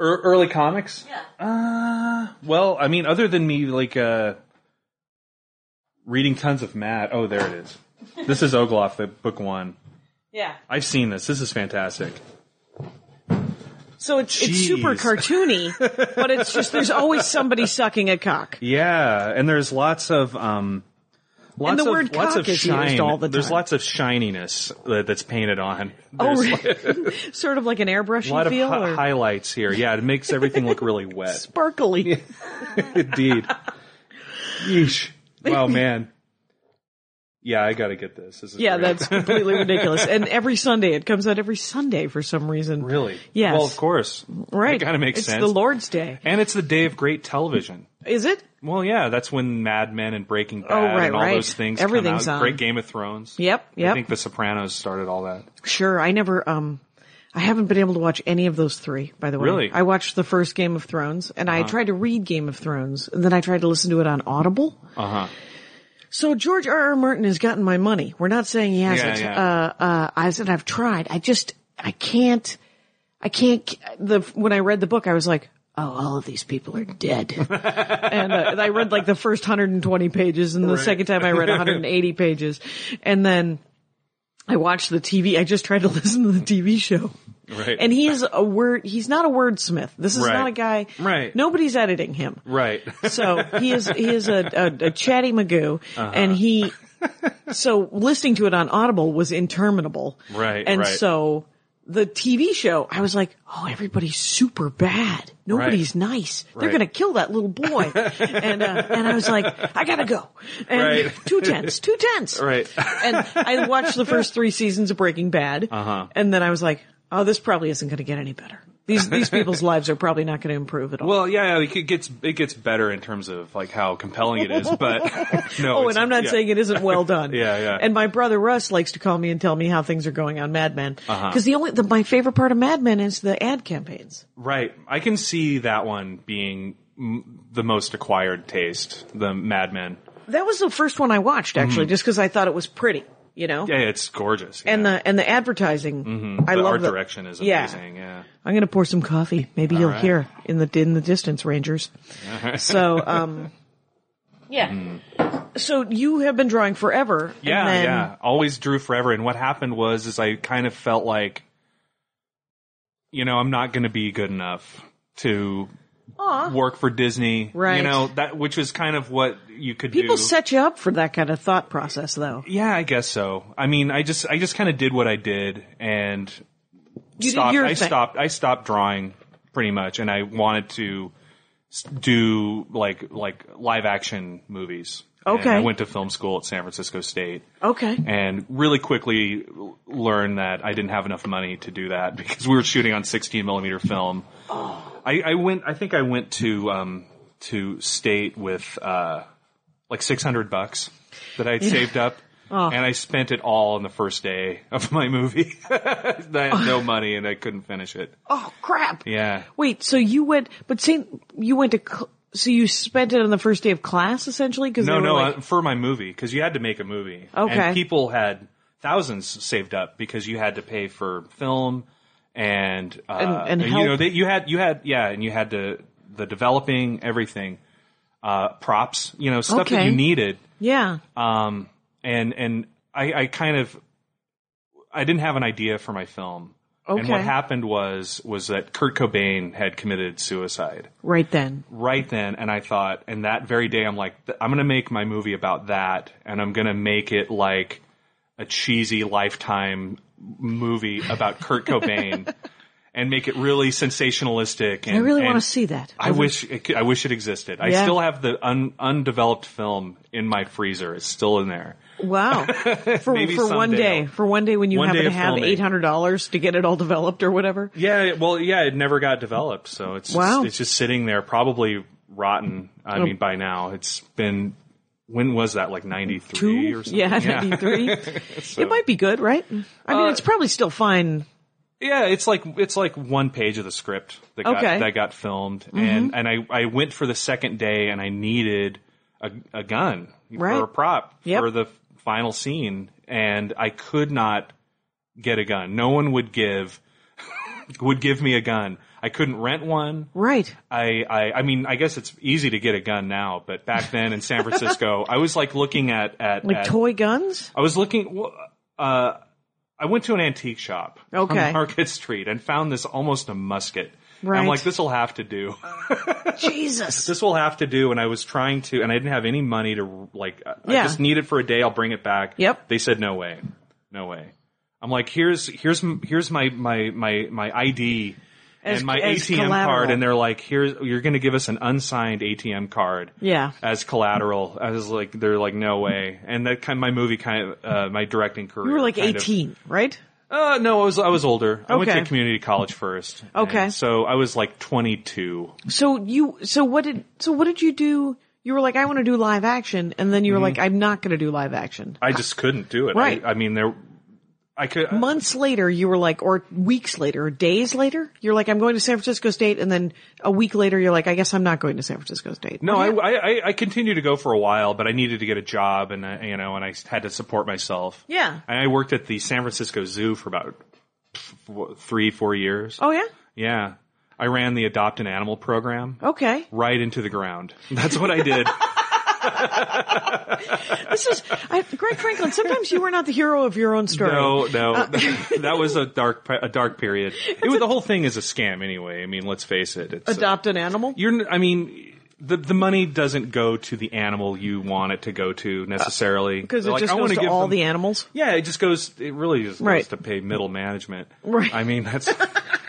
S3: comics.
S4: Ear early comics?
S3: Yeah.
S4: Uh, well, I mean, other than me, like, uh, reading tons of Matt. Oh, there it is. This is Ogloff, the book one.
S3: Yeah.
S4: I've seen this. This is fantastic.
S3: So it's, it's super
S4: Jeez.
S3: cartoony, but it's just, there's always somebody sucking a cock.
S4: Yeah, and there's lots of um, lots
S3: the
S4: of
S3: word
S4: lots
S3: cock
S4: of
S3: is used
S4: shine.
S3: all the
S4: There's
S3: time.
S4: lots of shininess that, that's painted on. There's
S3: Oh,
S4: like
S3: really? sort of like an airbrush
S4: a lot of
S3: feel
S4: hi-
S3: or
S4: highlights here. Yeah, it makes everything look really wet.
S3: sparkly.
S4: Indeed. Yeesh. Wow, man. Yeah, I gotta get this. this is
S3: Yeah,
S4: great.
S3: that's completely ridiculous. And every Sunday, it comes out every Sunday for some reason.
S4: really.
S3: Yes.
S4: Well, of course.
S3: Right.
S4: It kind of makes
S3: it's
S4: sense.
S3: the Lord's Day.
S4: and it's the day of great television.
S3: Is it?
S4: Well, yeah, that's when Mad Men and Breaking Bad
S3: Oh, right,
S4: and all
S3: right.
S4: those things
S3: Everything's
S4: come out.
S3: on.
S4: Great Game of Thrones.
S3: Yep,
S4: I
S3: yep.
S4: think The Sopranos started all that.
S3: Sure. I never, um, I haven't been able to watch any of those three, by the way.
S4: Really? Uh-huh.
S3: I watched the first Game of Thrones and I tried to read Game of Thrones and then I tried to listen to it on Audible. Uh
S4: Uh-huh.
S3: So George R. R. Martin has gotten my money. We're not saying he hasn't.
S4: yeah.
S3: Uh, uh, I said I've tried. I just, I can't, I can't, the, when I read the book, I was like, Oh, all of these people are dead. and, uh, and I read like the first 120 pages and the second time I read 180 pages. And then I watched the TV. I just tried to listen to the TV show.
S4: Right.
S3: And he is a word. He's not a wordsmith. This is
S4: Right.
S3: not a guy.
S4: Right.
S3: Nobody's editing him.
S4: Right.
S3: So he is he is a, a, a chatty magoo,
S4: Uh-huh.
S3: and he. So listening to it on Audible was interminable.
S4: Right,
S3: And
S4: right.
S3: so the TV show, I was like, oh, everybody's super bad. Nobody's nice. They're
S4: Right.
S3: gonna kill that little boy. and uh, and I was like, I gotta go. And
S4: Right.
S3: two tenths, two tenths.
S4: Right.
S3: and I watched the first three seasons of Breaking Bad,
S4: Uh-huh.
S3: and then I was like, oh, this probably isn't gonna get any better. These these people's lives are probably not gonna improve at all.
S4: Well, yeah, it gets it gets better in terms of like how compelling it is, but
S3: Oh,
S4: no. it's-
S3: and I'm not
S4: yeah.
S3: saying it isn't well done.
S4: Yeah, yeah.
S3: And my brother Russ likes to call me and tell me how things are going on Mad Men. Because
S4: Uh-huh.
S3: the only the, my favorite part of Mad Men is the ad campaigns.
S4: Right. I can see that one being m- the most acquired taste, the Mad Men.
S3: That was the first one I watched actually, just because I thought it was pretty. You know.
S4: Mm-hmm. Yeah, it's gorgeous.
S3: And
S4: yeah. Mm-hmm.
S3: the and the advertising, I
S4: the
S3: love
S4: art
S3: the-
S4: direction is
S3: yeah.
S4: amazing. Yeah.
S3: I'm gonna pour some coffee. Maybe you'll
S4: right.
S3: hear in the in the distance, Rangers. so, um, yeah. So you have been drawing forever. and
S4: Hmm. Yeah,
S3: then-
S4: yeah. Always drew forever. And what happened was, is I kind of felt like, you know, I'm not going to be good enough to
S3: Aw.
S4: work for Disney.
S3: Right.
S4: You know that, which is kind of what you could
S3: People
S4: do.
S3: set you up for that kind of thought process, though.
S4: yeah, I guess so. I mean, I just, I just kind of did what I did and
S3: You
S4: stopped.
S3: did your
S4: I
S3: thing.
S4: stopped. I stopped drawing pretty much, and I wanted to s- do like like live action movies. And
S3: Okay.
S4: I went to film school at San Francisco State,
S3: Okay.
S4: and really quickly l- learned that I didn't have enough money to do that because we were shooting on 16 millimeter film. I, I went. I think I went to um, to state with uh, like 600 bucks that I had saved up. And I spent it all on the first day of my movie. I had no money and I couldn't finish it.
S3: Oh crap.
S4: Yeah.
S3: Wait, so you went, but Saint, you went to, cl- so you spent it on the first day of class essentially? Cause they
S4: No,
S3: were
S4: no,
S3: like,
S4: uh, for my movie because you had to make a movie.
S3: Okay.
S4: And people had thousands saved up because you had to pay for film and uh,
S3: And- and
S4: you know
S3: help.
S4: they, you had you had yeah, and you had to the developing everything, uh, props, you know, stuff that
S3: Okay.
S4: you needed.
S3: yeah.
S4: Um, and and I, I kind of I didn't have an idea for my film. And what
S3: Okay.
S4: happened was was that Kurt Cobain had committed suicide
S3: right then.
S4: right then and i thought and that very day i'm like th- i'm going to make my movie about that and i'm going to make it like a cheesy lifetime movie about kurt cobain and make it really sensationalistic and
S3: I really
S4: and
S3: want to see that.
S4: I wish it could, I wish it existed. I
S3: Yeah.
S4: still have the un, undeveloped film in my freezer. It's still in there.
S3: Wow. For,
S4: Maybe
S3: for one
S4: someday
S3: day,
S4: I'll-
S3: for one day when you
S4: One
S3: happen
S4: day
S3: to
S4: of
S3: have
S4: filming.
S3: $800 to get it all developed or whatever.
S4: Yeah, it- well, yeah, it never got developed, so it's just,
S3: Wow.
S4: it's just sitting there, probably rotten. I mean, by now it's been. When was that? Like ninety three
S3: Two?
S4: or something?
S3: Yeah, 93. It might be good, right? I
S4: Uh,
S3: mean, it's probably still fine.
S4: Yeah, it's like it's like one page of the script that got,
S3: Okay. Mm-hmm.
S4: that got filmed, and and I I went for the second day, and I needed a a gun
S3: Right.
S4: for a prop
S3: Yep.
S4: for the f- final scene, and I could not get a gun. No one would give would give me a gun. I couldn't rent one.
S3: Right.
S4: I, I I mean I guess it's easy to get a gun now, but back then in San Francisco, I was like looking at at,
S3: Like
S4: at
S3: toy guns?
S4: I was looking. w- Uh, I went to an antique shop
S3: Okay.
S4: on Market Street and found this almost a musket. And
S3: Right.
S4: I'm like, this will have to do.
S3: Jesus.
S4: This will have to do. And I was trying to, and I didn't have any money to like. I- I
S3: Yeah.
S4: just need it for a day. I'll bring it back.
S3: Yep.
S4: They said, no way, no way. I'm like, here's here's m- here's my my my my ID.
S3: As-
S4: and my
S3: as
S4: ATM
S3: collateral.
S4: card, and they're like, "Here's you're going to give us an unsigned ATM card."
S3: Yeah.
S4: as collateral. I was like, they're like, no way. And that kind, my movie kind of, uh, my directing career.
S3: You were like
S4: kind of-
S3: 18, right?
S4: uh, no, I was, I was older. I went
S3: Okay.
S4: to community college first.
S3: Okay.
S4: And So I was like 22.
S3: So you, so what did, so what did you do? You were like, I want to do live action, and then you were
S4: Mm-hmm.
S3: like, I'm not going to do live action.
S4: I just couldn't do it.
S3: Right.
S4: I, I mean, there, I could,
S3: Months later, you were like, or weeks later, or days later, you're like, I'm going to San Francisco State, and then a week later, you're like, I guess I'm not going to San Francisco State.
S4: no, I, I, I- I continued to go for a while, but I needed to get a job and I, you know, and I had to support myself.
S3: Yeah.
S4: And I worked at the San Francisco Zoo for about f- three, four years.
S3: Oh yeah.
S4: Yeah. I ran the adopt an animal program.
S3: Okay.
S4: right into the ground. That's what I did.
S3: This is I, Greg Franklin. Sometimes you are not the hero of your own story.
S4: No, no,
S3: Uh,
S4: that was a dark, a dark period. It was, the whole thing is a scam anyway. I mean, let's face it. It's uh,
S3: Adopt an animal.
S4: you're, n- I mean, the the money doesn't go to the animal you want it to go to necessarily
S3: Uh, because
S4: They're
S3: it
S4: like,
S3: just
S4: I
S3: goes
S4: wanna
S3: to
S4: give
S3: all
S4: them-
S3: the animals.
S4: Yeah, it just goes. It really just
S3: Right.
S4: goes to pay middle management.
S3: Right.
S4: I mean, that's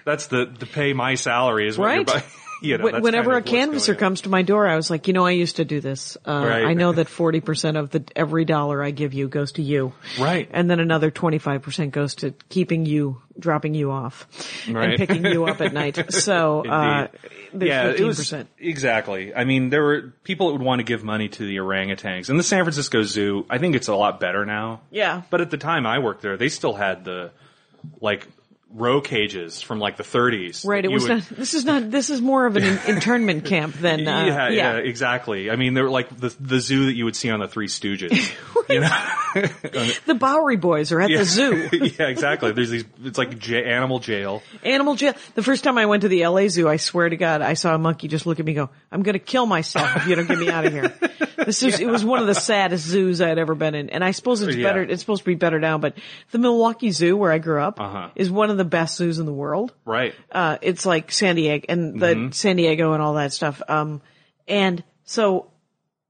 S4: that's the to pay my salary is what
S3: Right.
S4: You're, bu- you know,
S3: Wh-
S4: that's
S3: Whenever
S4: kind
S3: a
S4: of what's
S3: canvasser
S4: going on.
S3: comes to my door, I was like, you know, I used to do this. Uh,
S4: Right.
S3: I know that 40% of the, every dollar I give you goes to you.
S4: Right.
S3: And then another 25% goes to keeping you, dropping you off and
S4: Right.
S3: picking you up at night. So, uh, there's
S4: yeah,
S3: 15%.
S4: it was exactly. I mean, there were people that would want to give money to the orangutans and the San Francisco Zoo. I think it's a lot better now.
S3: Yeah.
S4: but at the time I worked there, they still had the like row cages from like the 30s.
S3: right.
S4: that
S3: It
S4: you
S3: was
S4: would-
S3: not, this is not, this is more of an in- internment camp than, uh,
S4: yeah, yeah, exactly. I mean, they were like the the zoo that you would see on the Three Stooges. you know?
S3: The Bowery boys are at the zoo.
S4: yeah, exactly. There's these. It's like j- animal jail.
S3: Animal jail. The first time I went to the LA zoo, I swear to God, I saw a monkey just look at me and go, I'm going to kill myself if you don't get me out of here. This is, it was one of the saddest zoos I had ever been in. And I suppose it's
S4: Yeah.
S3: better, it's supposed to be better now, but the Milwaukee Zoo where I grew up
S4: Uh-huh.
S3: is one of the best zoos in the world.
S4: Right.
S3: Uh, it's like San Diego and the
S4: Mm-hmm.
S3: San Diego and all that stuff. Um, and so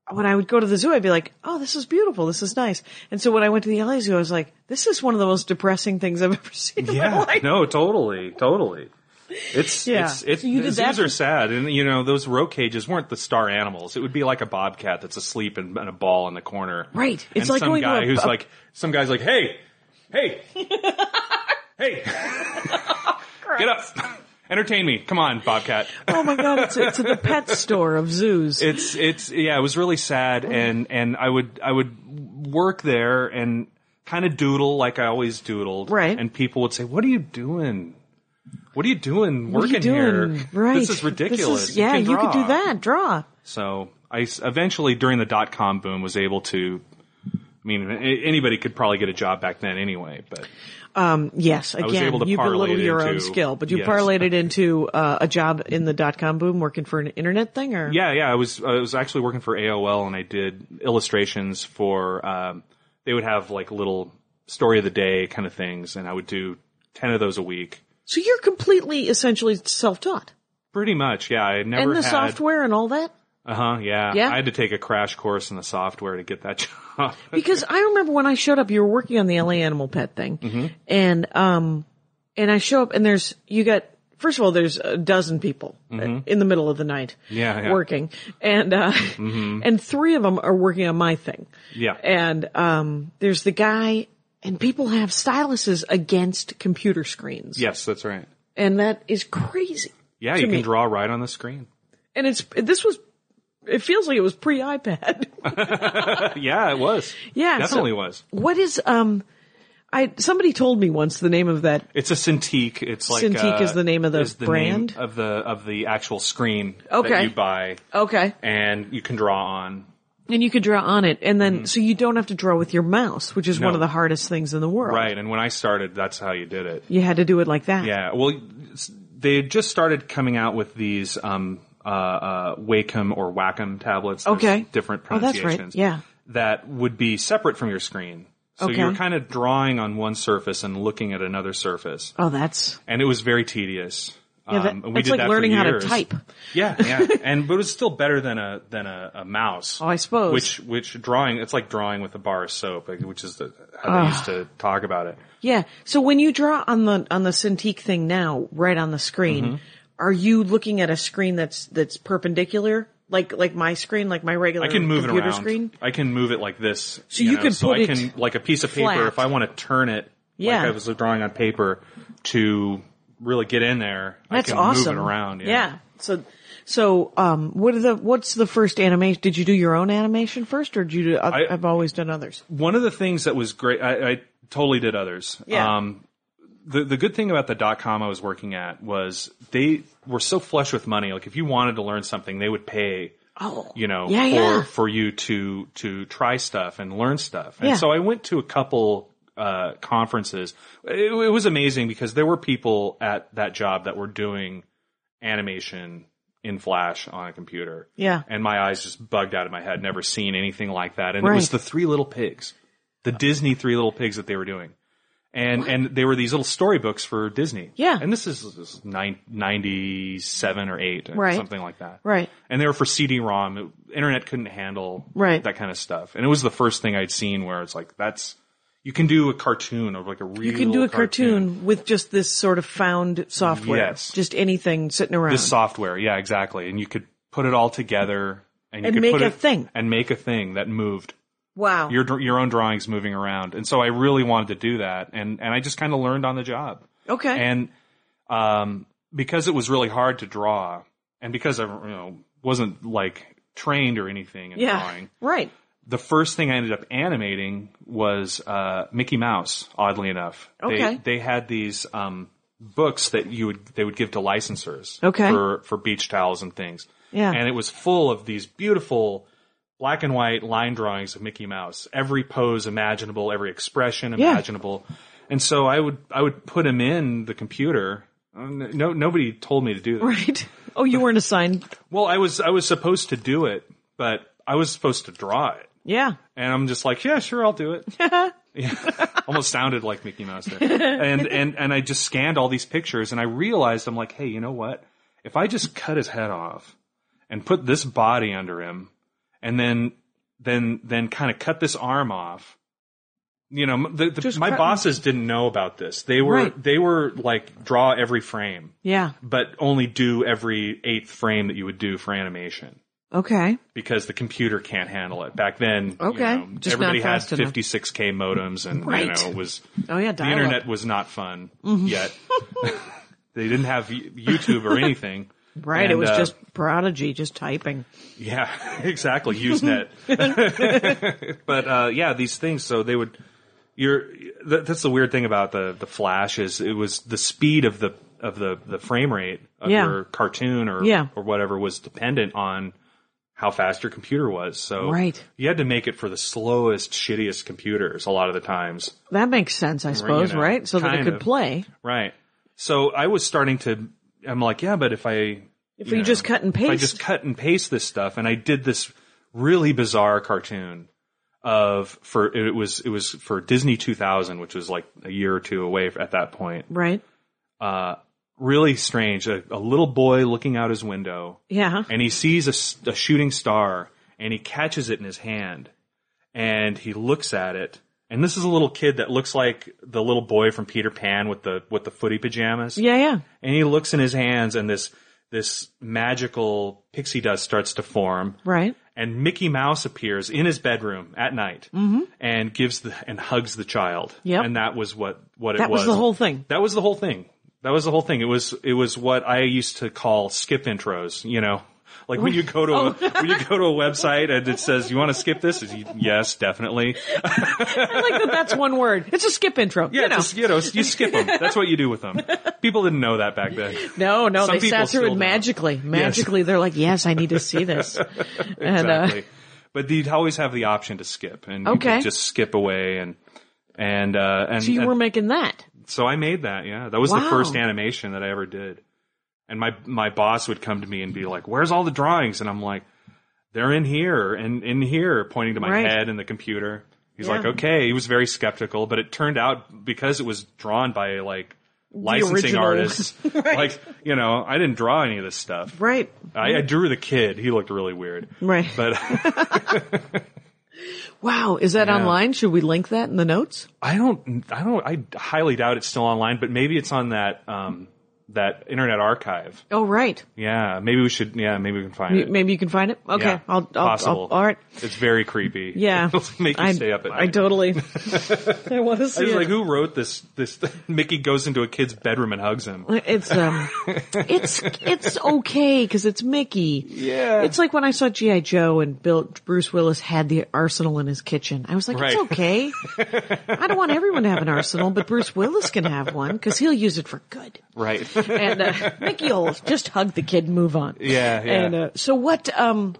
S3: when I would go to the zoo, I'd be like, oh, this is beautiful. This is nice. And so when I went to the LA zoo, I was like, this is one of the most depressing things I've ever seen in my
S4: Yeah.
S3: life.
S4: No, totally, totally. It's
S3: Yeah.
S4: it's it's
S3: So you did
S4: zoos
S3: that for-
S4: are sad, and you know those row cages weren't the star animals. It would be like a bobcat that's asleep and, and a ball in the corner.
S3: Right.
S4: And
S3: It's like
S4: some
S3: going to
S4: guy
S3: a
S4: who's
S3: bu-
S4: like some guy's like, hey, hey, hey, get up, entertain me, come on, bobcat.
S3: Oh my god, it's, it's at the pet store of zoos.
S4: it's it's yeah it was really sad
S3: Oh.
S4: and and i would i would work there and kind of doodle like i always doodled
S3: Right.
S4: and people would say what are you doing what are you doing
S3: What are
S4: working
S3: you doing?
S4: here
S3: Right.
S4: this is ridiculous
S3: This is- yeah,
S4: can
S3: you, could
S4: draw."
S3: do that. Draw.
S4: so i s- eventually during the dot com boom was able to I mean, a- anybody could probably get a job back then anyway, but
S3: Um, Yes, again,
S4: was able to
S3: you
S4: parlay
S3: belittle
S4: it
S3: your own
S4: into-
S3: skill, but you
S4: yes.
S3: parlayed it into uh, a job in the dot com boom, working for an internet thing, or
S4: yeah, yeah, I was, I was actually working for AOL and I did illustrations for, um, they would have like little story of the day kind of things and I would do 10 of those a week.
S3: So you're completely, essentially self taught,
S4: Pretty much, yeah. I
S3: and
S4: never
S3: the
S4: had,
S3: software and all that.
S4: Uh huh. Yeah.
S3: Yeah?
S4: I had to take a crash course in the software to get that job.
S3: Because I remember when I showed up, you were working on the LA animal pet thing,
S4: Mm-hmm.
S3: and um, and I show up, and there's you got first of all, there's a dozen people in the middle of the night,
S4: Mm-hmm. Yeah, yeah.
S3: working, and uh, and three of them are working on my thing,
S4: Yeah.
S3: and um, there's the guy, and people have styluses against computer screens,
S4: yes, that's right.
S3: and that is crazy,
S4: Yeah,
S3: To
S4: you
S3: me.
S4: can draw right on the screen.
S3: and it's this was. It feels like it was pre iPad.
S4: Yeah, it was.
S3: Yeah, so-
S4: definitely was.
S3: what is um, I somebody told me once the name of that
S4: It's a Cintiq. It's like
S3: Cintiq
S4: uh,
S3: is the name of the
S4: is
S3: brand?
S4: name of the of the actual screen
S3: Okay. Oh.
S4: that you buy
S3: Okay.
S4: and you can draw on.
S3: And you could draw on it. And then, so you don't have to draw with your mouse, which is one
S4: Mm-hmm. No.
S3: of the hardest things in the world.
S4: Right. And when I started, that's how you did it.
S3: You had to do it like that.
S4: Yeah. Well, s- they had just started coming out with these um, uh, uh, Wacom or Wacom tablets. There's
S3: Okay.
S4: Different
S3: Oh, that's right.
S4: pronunciations.
S3: Yeah.
S4: That would be separate from your screen. So
S3: Okay.
S4: you were kind of drawing on one surface and looking at another surface,
S3: Oh, that's,
S4: and it was very tedious.
S3: yeah, that,
S4: Um, and we
S3: that's
S4: did
S3: like
S4: that for
S3: learning how to
S4: years.
S3: type.
S4: Yeah, yeah, and but it was still better than a than a, a mouse.
S3: Oh, I suppose.
S4: Which which drawing? It's like drawing with a bar of soap, like, which is the, how they used to talk about it.
S3: Yeah. So when you draw on the, on the Cintiq thing now, right on the screen,
S4: Mm-hmm.
S3: are you looking at a screen that's, that's perpendicular? Like, like my screen, like my regular
S4: I can move it
S3: computer
S4: around.
S3: screen?
S4: I can move it like this.
S3: So you can
S4: so
S3: put
S4: I
S3: it
S4: can like a piece of paper.
S3: flat.
S4: If I want to turn it,
S3: Yeah.
S4: like I was drawing on paper to really get in there.
S3: That's
S4: I can
S3: awesome.
S4: Move it around. Yeah.
S3: So, so, um, what are the, what's the first animation? Did you do your own animation first or did you do, I,
S4: I-
S3: I've always done others?
S4: One of the things that was great, I, I totally did others.
S3: Yeah.
S4: Um, the the good thing about the dot com I was working at was they were so flush with money. Like if you wanted to learn something, they would pay.
S3: Oh.
S4: you know,
S3: Yeah,
S4: for,
S3: yeah.
S4: for you to, to try stuff and learn stuff. And
S3: Yeah.
S4: so I went to a couple, uh, conferences. It, it was amazing because there were people at that job that were doing animation in Flash on a computer.
S3: Yeah.
S4: And my eyes just bugged out of my head, never seen anything like that. And it
S3: Right. Oh.
S4: was the Three Little Pigs, the Disney Three Little Pigs that they were doing. And, and they were these little storybooks for Disney.
S3: Yeah.
S4: And this is, this is nine, 97 or 8 or
S3: Right.
S4: something like that.
S3: Right.
S4: And they were for CD-ROM. Internet couldn't handle
S3: Right.
S4: that kind of stuff. And it was the first thing I'd seen where it's like, that's, you can do a cartoon or like a real
S3: You can do a cartoon, with just this sort of found software.
S4: Yes.
S3: Just anything sitting around.
S4: This software, yeah, exactly. And you could put it all together and you
S3: And
S4: could
S3: make
S4: put
S3: a
S4: it,
S3: thing.
S4: and make a thing that moved
S3: wow.
S4: your dr- your own drawings moving around. And so I really wanted to do that, and and I just kind of learned on the job.
S3: okay.
S4: And um, because it was really hard to draw, and because I you know wasn't like trained or anything in
S3: yeah.
S4: drawing,
S3: Right.
S4: the first thing I ended up animating was uh, Mickey Mouse. Oddly enough,
S3: Okay.
S4: they they had these um, books that you would they would give to licensors
S3: Okay.
S4: for for beach towels and things.
S3: Yeah.
S4: and it was full of these beautiful black and white line drawings of Mickey Mouse. Every pose imaginable, every expression imaginable. And so I would I would put him in the computer. Uh, No, nobody told me to do that.
S3: Right. Oh, you weren't assigned.
S4: Well, I was I was supposed to do it, but I was supposed to draw it.
S3: Yeah.
S4: And I'm just like, yeah, sure, I'll do it. Yeah. Almost sounded like Mickey Mouse there. And, and, and I just scanned all these pictures and I realized I'm like, hey, you know what? If I just cut his head off and put this body under him and then, then, then kind of cut this arm off, you know, m- the, the,
S3: Just
S4: my
S3: cut-
S4: bosses didn't know about this. They were,
S3: Right.
S4: they were like, draw every frame,
S3: Yeah.
S4: but only do every eighth frame that you would do for animation
S3: Okay.
S4: because the computer can't handle it. Back then, you
S3: Okay.
S4: know,
S3: Just
S4: everybody
S3: not
S4: had
S3: fast enough.
S4: 56k modems, and you
S3: Right.
S4: know, it was
S3: Oh yeah. Mm-hmm.
S4: the
S3: Dial
S4: internet was not fun yet. they didn't have y- YouTube or anything.
S3: Right. it
S4: and,
S3: was
S4: uh,
S3: just prodigy, just typing.
S4: Yeah, exactly. Usenet. but uh, yeah, these things. So they would. You're. That, that's the weird thing about the the Flash is it was the speed of the of the the frame rate of
S3: Yeah.
S4: your cartoon or
S3: Yeah.
S4: or whatever was dependent on how fast your computer was. So
S3: Right.
S4: you had to make it for the slowest, shittiest computers a lot of the times.
S3: That makes sense, I suppose,
S4: know,
S3: right? So that it
S4: kind
S3: could
S4: of.
S3: play.
S4: Right. So I was starting to. I'm like, yeah, but if I
S3: If you, just cut and paste.
S4: if I just cut and paste this stuff, and I did this really bizarre cartoon of for it was it was for Disney 2000, which was like a year or two away at that point.
S3: right.
S4: Uh, really strange. A, a little boy looking out his window,
S3: Yeah.
S4: and he sees a s a a shooting star, and he catches it in his hand, and he looks at it. And this is a little kid that looks like the little boy from Peter Pan with the with the footy pajamas
S3: Yeah. Yeah.
S4: and he looks in his hands and this this magical pixie dust starts to form
S3: Right.
S4: and Mickey Mouse appears in his bedroom at night and gives the and hugs the child
S3: Mm-hmm. Yep.
S4: and that was what what it
S3: That was
S4: was
S3: the whole thing.
S4: that was the whole thing that was the whole thing it was it was what I used to call skip intros you know like when you go to
S3: Oh.
S4: a, when you go to a website and it says you want to skip this Is you- yes definitely
S3: I like that. That's one word. It's a skip intro.
S4: yeah
S3: you know.
S4: just, you know you skip them that's what you do with them people didn't know that back then
S3: no, no,
S4: Some
S3: they
S4: people
S3: sat through
S4: still
S3: it
S4: don't.
S3: magically. Magically, they're like, "Yes, I need to see this." And uh,
S4: exactly. but you'd always have the option to skip, and you
S3: Okay.
S4: could just skip away, and and uh, and,
S3: so you
S4: and
S3: were making that.
S4: so I made that. Yeah, that was
S3: Wow.
S4: the first animation that I ever did. And my my boss would come to me and be like, "Where's all the drawings?" And I'm like, "They're in here and in here," pointing to my
S3: Right.
S4: head and the computer. He's
S3: Yeah.
S4: like, "Okay." He was very skeptical, but it turned out because it was drawn by like licensing
S3: original.
S4: artists, like you know, I didn't draw any of this stuff.
S3: Right.
S4: I, I drew the kid. He looked really weird,
S3: Right.
S4: but.
S3: Wow. Is that
S4: Yeah.
S3: online? Should we link that in the notes?
S4: I don't, I don't, I highly doubt it's still online, but maybe it's on that, um, that internet archive.
S3: Oh, right.
S4: Yeah. Maybe we should, yeah, maybe we can find
S3: You-
S4: it.
S3: Maybe you can find it. Okay.
S4: Yeah,
S3: I'll, I'll,
S4: possible.
S3: I'll- all right.
S4: It's very creepy.
S3: Yeah.
S4: It'll make you
S3: I,
S4: stay up at night.
S3: I totally. I want to
S4: I
S3: see
S4: was
S3: it.
S4: like, who wrote this, this, Mickey goes into a kid's bedroom and hugs him.
S3: It's um, it's it's okay because it's Mickey.
S4: Yeah.
S3: It's like when I saw GI Joe and Bill Bruce Willis had the arsenal in his kitchen. I was like,
S4: Right.
S3: it's okay. I don't want everyone to have an arsenal, but Bruce Willis can have one because he'll use it for good.
S4: Right.
S3: And uh, Mickey'll just hug the kid, and move on.
S4: yeah. Yeah.
S3: And uh, so what? Um,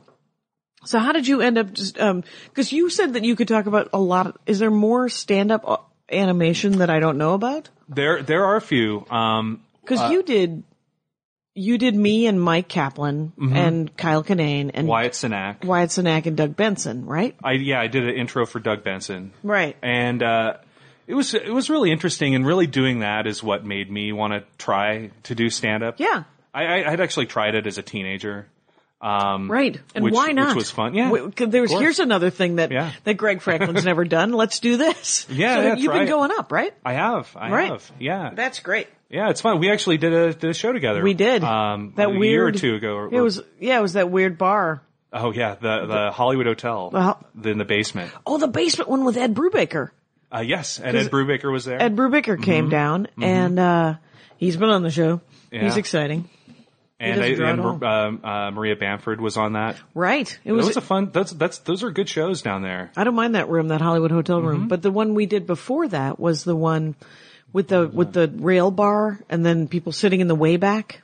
S3: so how did you end up? Just because you said that you could talk about a lot. Of, is there more stand-up uh, animation that I don't know about?
S4: there, there are a few. Um,
S3: Because you did, you did me and Mike Kaplan
S4: Mm-hmm.
S3: and Kyle Kinane and
S4: Wyatt Cenac.
S3: Wyatt Sinak and Doug Benson, right?
S4: I yeah, I did an intro for Doug Benson.
S3: Right.
S4: and uh, it was it was really interesting. And really, doing that is what made me want to try to do stand up.
S3: Yeah.
S4: I, I I'd actually tried it as a teenager. Um,
S3: Right. And
S4: which-
S3: why not?
S4: Which was fun. Yeah,
S3: W- 'cause there was,
S4: of course.
S3: here's another thing that,
S4: Yeah.
S3: that Greg Franklin's never done. Let's do this.
S4: Yeah,
S3: So
S4: yeah,
S3: you've
S4: try
S3: been
S4: it.
S3: going up, right?
S4: I have. I
S3: Right.
S4: have. Yeah.
S3: That's great.
S4: yeah, it's fun. We actually did a, did a show together.
S3: We did.
S4: Um,
S3: that
S4: a
S3: weird
S4: year or two ago. or-
S3: It was, yeah, it was that weird bar.
S4: Oh yeah, the the Hollywood Hotel
S3: Well-
S4: the, in the basement.
S3: Oh, the basement one with Ed Brubaker.
S4: Uh, yes, and Ed Brubaker was there.
S3: Ed Brubaker
S4: Mm-hmm.
S3: came down and, uh, he's been on the show. He's
S4: Yeah.
S3: exciting.
S4: and
S3: doesn't draw
S4: and
S3: at all.
S4: um, uh, Maria Bamford was on that.
S3: Right. It
S4: It
S3: was,
S4: was a fun. That's that's those are good shows down there.
S3: I don't mind that room, that Hollywood hotel room,
S4: Mm-hmm.
S3: but the one we did before that was the one with the, with the rail bar and then people sitting in the way back.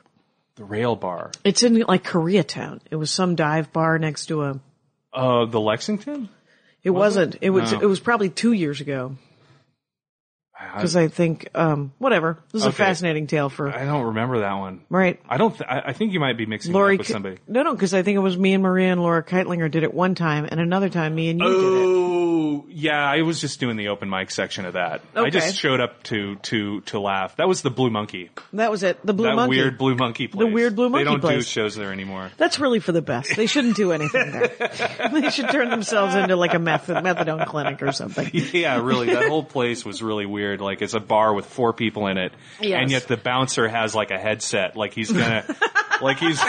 S4: The Rail Bar.
S3: It's in like Koreatown. It was some dive bar next to a.
S4: Uh, the Lexington.
S3: It
S4: Was
S3: wasn't. It,
S4: it?
S3: was.
S4: No.
S3: It was probably two years ago because I think. Um. Whatever. This is a
S4: Okay.
S3: fascinating tale for.
S4: I don't remember that one.
S3: right.
S4: I don't. Th- I, I think you might be mixing
S3: Lori.
S4: it up with
S3: K-
S4: somebody.
S3: No, no, because I think it was me and Maria and Laura Keitlinger did it one time, and another time me and you did it.
S4: Oh, yeah. I was just doing the open mic section of that.
S3: Okay.
S4: I just showed up to to to laugh. That was the Blue Monkey.
S3: That was it. The blue
S4: that
S3: monkey.
S4: weird Blue Monkey place.
S3: weird Blue Monkey
S4: They don't
S3: place.
S4: do shows there anymore.
S3: That's really for the best. They shouldn't do anything there. they should turn themselves into like a meth- methadone clinic or something.
S4: yeah, really. That whole place was really weird. Like it's a bar with four people in it,
S3: Yes.
S4: and yet the bouncer has like a headset. Like he's gonna, like he's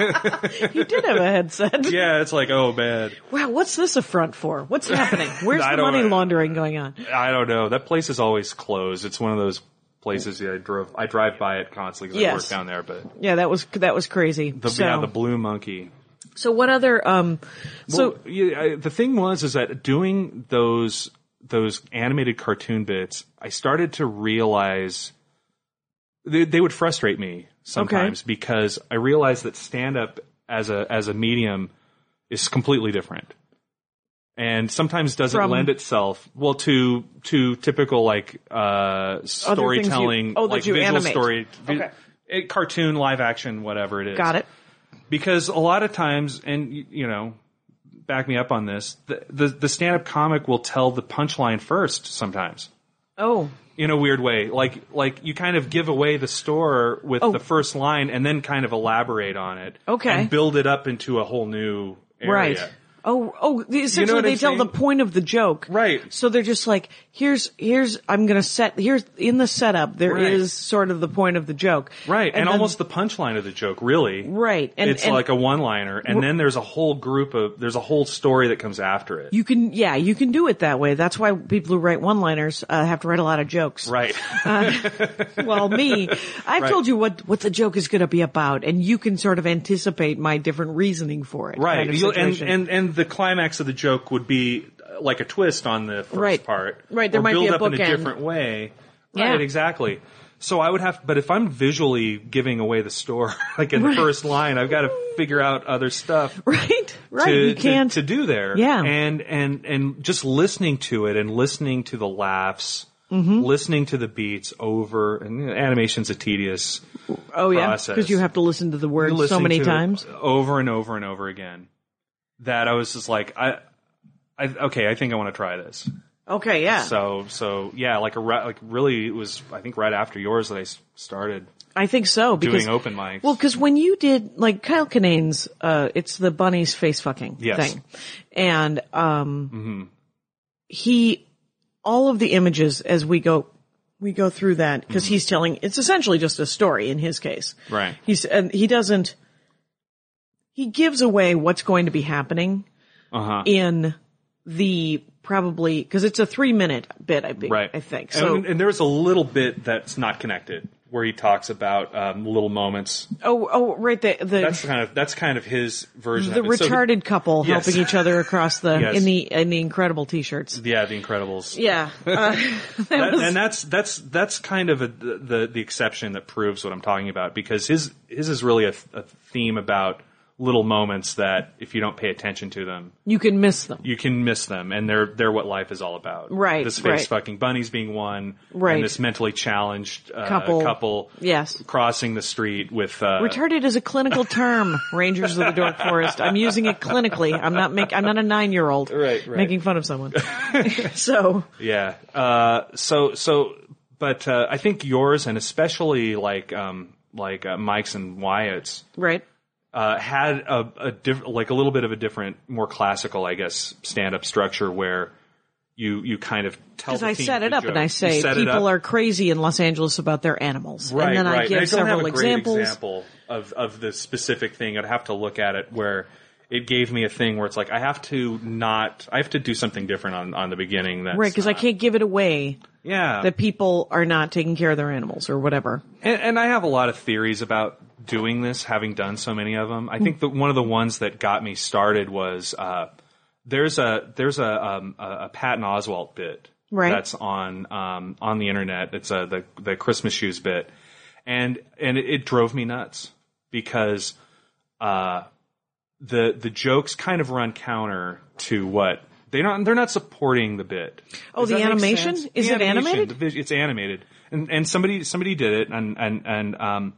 S3: You did have a headset.
S4: yeah. It's like oh man,
S3: Wow, what's this a front for? What's happening? Where's
S4: I
S3: the
S4: don't
S3: money
S4: know.
S3: laundering going on?
S4: I don't know. That place is always closed. It's one of those places that I drove. I drive by it constantly because I
S3: Yes.
S4: work down there. But
S3: Yeah, that was that was crazy.
S4: the
S3: so,
S4: yeah, the Blue Monkey.
S3: so what other um so
S4: So yeah, I, the thing was is that doing those those animated cartoon bits, I started to realize they, they would frustrate me sometimes because I realized that stand up as a as a medium is completely different. And sometimes doesn't
S3: From-
S4: lend itself well to to typical like uh,
S3: you-
S4: storytelling,
S3: oh, that
S4: like
S3: you
S4: visual
S3: animate.
S4: story, vi-
S3: Okay.
S4: eh, cartoon, live action, whatever it is
S3: got it.
S4: because a lot of times, and y- you know, back me up on this, the the, the stand up comic will tell the punchline first sometimes
S3: Oh,
S4: in a weird way, like like you kind of give away the store with
S3: Oh.
S4: the first line and then kind of elaborate on it,
S3: Okay.
S4: and build it up into a whole new area.
S3: right. Oh, oh, the- essentially
S4: what
S3: they
S4: I'm
S3: tell the
S4: saying?
S3: point of the joke.
S4: Right.
S3: So they're just like, here's, here's, I'm gonna set, here's, in the setup, there is
S4: Right.
S3: sort of the point of the joke.
S4: Right, and,
S3: then-
S4: almost the punchline of the joke, really.
S3: Right, and-
S4: it's
S3: and-
S4: like a one-liner, and then there's a whole group of there's a whole story that comes after it.
S3: You can, yeah, you can do it that way. That's why people who write one-liners uh, have to write a lot of jokes.
S4: right,
S3: Well, me, I've
S4: Right.
S3: told you what what the joke is going to be about, and you can sort of anticipate my different reasoning for it.
S4: right
S3: kind of
S4: You'll- and
S3: situation.
S4: and and the climax of the joke would be uh, like a twist on the first
S3: Right.
S4: part
S3: Right, there
S4: or
S3: might be
S4: build
S3: a
S4: up in
S3: bookend.
S4: a different way
S3: Yeah.
S4: right exactly so i would have but if i'm visually giving away the store like in
S3: Right.
S4: the first line i've got to figure out other stuff
S3: right, right,
S4: to,
S3: you
S4: to-
S3: can't.
S4: to, do there.
S3: Yeah.
S4: And and and just listening to it and listening to the laughs,
S3: Mm-hmm.
S4: listening to the beats over and you know, animation's a tedious
S3: oh yeah,
S4: process.
S3: because you have to listen to the
S4: you
S3: words so
S4: listen
S3: many
S4: to it
S3: times.
S4: over and over and over again. That I was just like I I okay, I think I want to try this.
S3: Okay, yeah.
S4: So so yeah, like a ri- like really it was I think right after yours that I s- started
S3: I think so because
S4: doing open mics.
S3: Well, because when you did like Kyle Kinane's, uh, it's the bunny's face fucking
S4: Yes. Mm-hmm.
S3: thing, and um, he all of the images as we go we go through that because he's telling it's essentially just a story in his case,
S4: Mm-hmm. Right.
S3: He's and he doesn't he gives away what's going to be happening
S4: uh-huh.
S3: in the probably because it's a three minute bit. I think,
S4: right?
S3: I think so.
S4: and, and there's a little bit that's not connected where he talks about um, little moments.
S3: oh, oh, right the the
S4: That's kind of that's kind of his version.
S3: the
S4: of it. So he-
S3: retarded couple
S4: Yes.
S3: helping each other across the
S4: Yes.
S3: in the in the incredible t-shirts.
S4: yeah, The Incredibles.
S3: Yeah, uh, that
S4: That-
S3: was-
S4: and that's that's that's kind of a, the, the the exception that proves what I'm talking about because his his is really a, a theme about little moments that if you don't pay attention to them,
S3: You can miss them.
S4: you can miss them, and they're they're what life is all about.
S3: Right,
S4: This
S3: right.
S4: face fucking bunnies being one,
S3: Right.
S4: And this mentally challenged uh,
S3: Couple.
S4: couple.
S3: Yes.
S4: Crossing the street with uh,
S3: Retarded is a clinical term, Rangers of the Dark Forest. I'm using it clinically. I'm not make, I'm not a nine year old
S4: Right, right.
S3: making fun of someone. so
S4: Yeah. Uh, so so, but uh, I think yours and especially like um, like uh, Mike's and Wyatt's
S3: right,
S4: uh, had a, a diff- like a little bit of a different, more classical, I guess, stand up structure where you you kind of tell.
S3: because
S4: the
S3: I
S4: theme
S3: set
S4: of
S3: it
S4: the
S3: up and
S4: joke.
S3: I
S4: You
S3: say
S4: set it
S3: people
S4: up.
S3: are crazy in Los Angeles about their animals,
S4: Right,
S3: and then
S4: right.
S3: I give
S4: don't
S3: several
S4: have a great
S3: examples.
S4: example of of the specific thing. I'd have to look at it where it gave me a thing where it's like I have to not, I have to do something different on on the beginning. That's
S3: Right, because I
S4: not-
S3: can't give it away
S4: Yeah,
S3: that people are not taking care of their animals or whatever.
S4: And, and I have a lot of theories about doing this, having done so many of them. I think that one of the ones that got me started was uh, there's a there's a, um, a a Patton Oswalt bit
S3: Right.
S4: that's on um, on the internet. It's uh, the the Christmas shoes bit, and and it, it drove me nuts because uh, the the jokes kind of run counter to what. They're not. They're not supporting the bit.
S3: Oh,
S4: Does
S3: the
S4: that make
S3: animation?
S4: sense?
S3: Is
S4: The
S3: it animated?
S4: the vis- It's animated, and and somebody somebody did it, and and and um,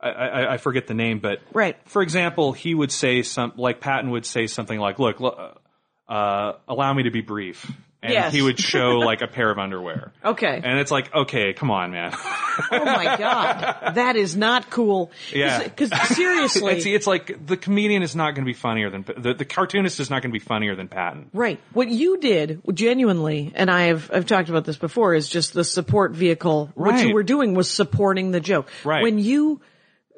S4: I, I I forget the name, but
S3: Right.
S4: For example, he would say some like Patton would say something like, "Look, lo- uh, allow me to be brief," and
S3: Yes.
S4: he would show like a pair of underwear.
S3: Okay.
S4: and it's like, okay, come on, man.
S3: Oh my god, that is not cool.
S4: Yeah.
S3: because seriously,
S4: it's it's like the comedian is not going to be funnier than the the cartoonist is not going to be funnier than Patton.
S3: Right. What you did genuinely, and I have I've talked about this before, is just the support vehicle. What you
S4: Right.
S3: were doing was supporting the joke.
S4: Right.
S3: When you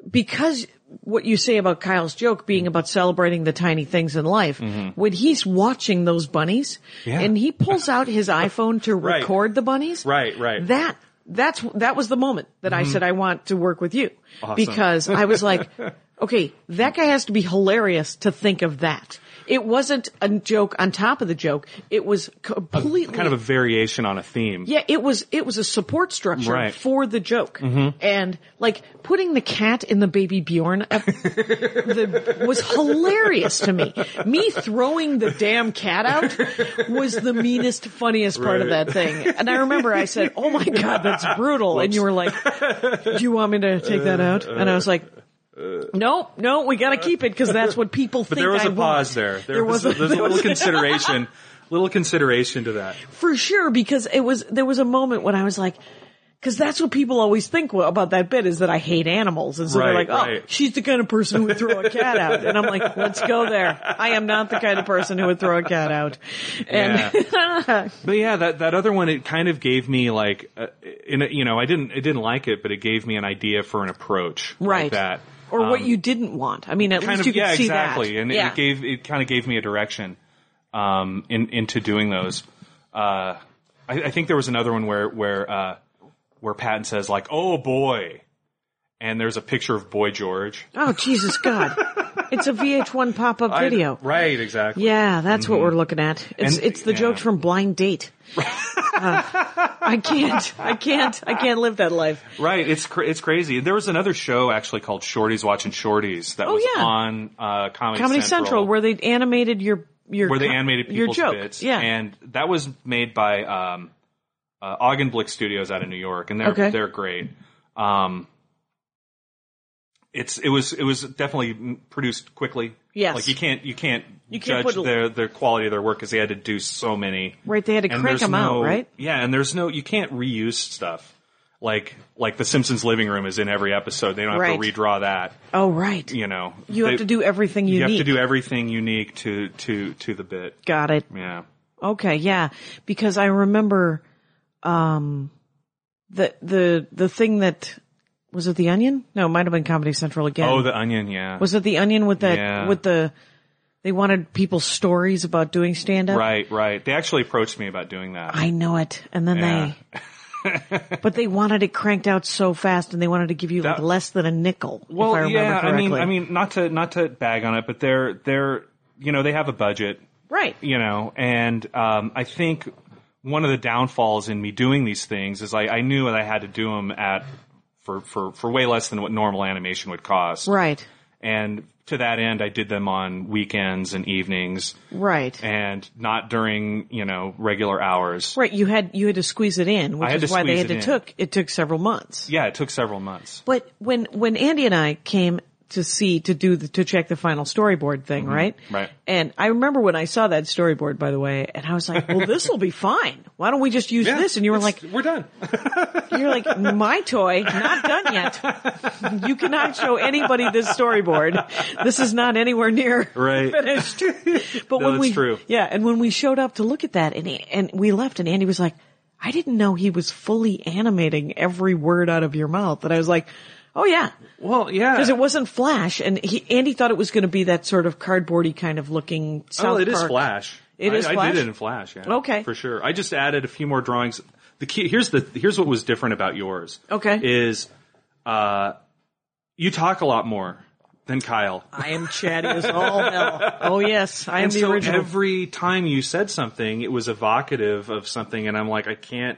S3: because what you say about Kyle's joke being about celebrating the tiny things in life, when he's watching those bunnies
S4: Mm-hmm. Yeah.
S3: and he pulls out his iPhone to
S4: Right.
S3: record the bunnies.
S4: Right, right. Mm-hmm.
S3: That that's that was the moment that I said I want to work with you.
S4: Awesome.
S3: Because I was like, okay, that guy has to be hilarious to think of that. It wasn't a joke on top of the joke. It was completely
S4: Kind of a variation on a theme.
S3: yeah, it was it was a support structure
S4: Um, Right. Mm-hmm.
S3: for the joke, and like putting the cat in the baby Bjorn ep- the, was hilarious to me. Me throwing the damn cat out was the meanest, funniest part of
S4: Right.
S3: that thing. And I remember I said, "Oh my god, that's brutal," and you were like, "Do you want me to take that out?" And I was like. No, no, we gotta keep it because that's what people
S4: But
S3: think.
S4: there was
S3: a
S4: a pause there. There, was, a, there's a little consideration, little consideration to that.
S3: for sure because it was there was a moment when I was like because that's what people always think wa- about that bit is that I hate animals and so they're like
S4: Right,
S3: oh
S4: right.
S3: she's the kind of person who would throw a cat out and I'm like let's go there I am not the kind of person who would throw a cat out and
S4: Yeah. but yeah, that that other one it kind of gave me like, uh, in a, you know, I didn't I didn't like it, but it gave me an idea for an approach
S3: right
S4: like that.
S3: or what
S4: Um,
S3: you didn't want I mean at least
S4: kind of
S3: you could
S4: yeah
S3: see
S4: exactly
S3: that
S4: and
S3: yeah.
S4: it gave it kind of gave me a direction um in into doing those uh I, I think there was another one where where uh where Patton says like oh boy and there's a picture of boy George
S3: oh Jesus God it's a VH1 pop up
S4: I-
S3: video
S4: right exactly
S3: Yeah, that's what we're looking at. It's
S4: And-
S3: it's the
S4: yeah.
S3: jokes from Blind Date. Uh, I can't, I can't, I can't live that life.
S4: right it's cra- it's crazy there was another show actually called Shorties Watching Shorties that
S3: Oh,
S4: was
S3: yeah.
S4: on uh Comedy,
S3: Comedy Central, where they animated your your
S4: where they
S3: co-
S4: animated
S3: your
S4: people's
S3: joke.
S4: bits.
S3: Yeah,
S4: and that was made by um, uh, Augenblick Studios out of New York, and they're
S3: Okay.
S4: they're great. Um, it's it was it was definitely produced quickly.
S3: Yes.
S4: like you can't you can't
S3: You can't
S4: judge
S3: put a-
S4: their their quality of their work because they had to do so many.
S3: Right, they had to
S4: And
S3: crank
S4: there's
S3: 'em out,
S4: no-
S3: right?
S4: Yeah, and there's no you can't reuse stuff. Like like the Simpsons living room is in every episode. They don't have
S3: Right.
S4: to redraw that.
S3: oh right,
S4: You know,
S3: you
S4: They-
S3: have to do everything
S4: you
S3: unique.
S4: have to do e- everything unique to to to the bit.
S3: Got it.
S4: Yeah.
S3: Okay, yeah, because I remember, um, the the the thing that was it the Onion? No, it might have been Comedy Central again.
S4: Oh, the onion, yeah.
S3: was it the Onion with that
S4: Yeah.
S3: with the? They wanted people's stories about doing stand up.
S4: right, right. They actually approached me about doing that.
S3: I know it. And then they, but they wanted it cranked out so fast and they wanted to give you like
S4: That-
S3: less than a nickel.
S4: well,
S3: if I remember
S4: yeah. I
S3: correctly.
S4: mean, I mean, not to not to bag on it, but they're they're you know they have a budget,
S3: right.
S4: you know, and um, I think one of the downfalls in me doing these things is I, I knew that I had to do them at for for for way less than what normal animation would cost,
S3: Right.
S4: and to that end, I did them on weekends and evenings,
S3: Right.
S4: and not during you know regular hours.
S3: Right. You had, you had to squeeze it in, which
S4: had
S3: is
S4: to
S3: why they
S4: squeeze
S3: had
S4: it
S3: to
S4: in.
S3: took, it took several months.
S4: Yeah, it took several months.
S3: But when when Andy and I came to see to do the, to check the final storyboard thing, right?
S4: Mm-hmm. right.
S3: And I remember when I saw that storyboard, by the way, and I was like, "Well, this will be fine. Why don't we just use this?" And you were like,
S4: "We're done."
S3: "You're like my toy, not done yet. you cannot show anybody this storyboard. This is not anywhere near
S4: Right.
S3: finished." But
S4: No,
S3: when
S4: that's
S3: we
S4: true.
S3: yeah, and when we showed up to look at that, and he, and we left, and Andy was like, "I didn't know he was fully animating every word out of your mouth," and I was like. Oh yeah,
S4: Well, yeah,
S3: because it wasn't Flash, and he, Andy thought it was going to be that sort of cardboardy kind of looking. South
S4: well, Oh, it is
S3: Park.
S4: Flash.
S3: It
S4: I,
S3: is
S4: I
S3: Flash?
S4: did it in Flash. Yeah,
S3: Okay.
S4: for sure. I just added a few more drawings. The key here's the here's what was different about yours.
S3: Okay.
S4: is uh, you talk a lot more than Kyle.
S3: I am chatty as all hell. Oh yes, I am
S4: and
S3: the
S4: so
S3: original.
S4: every time you said something, it was evocative of something, and I'm like, I can't.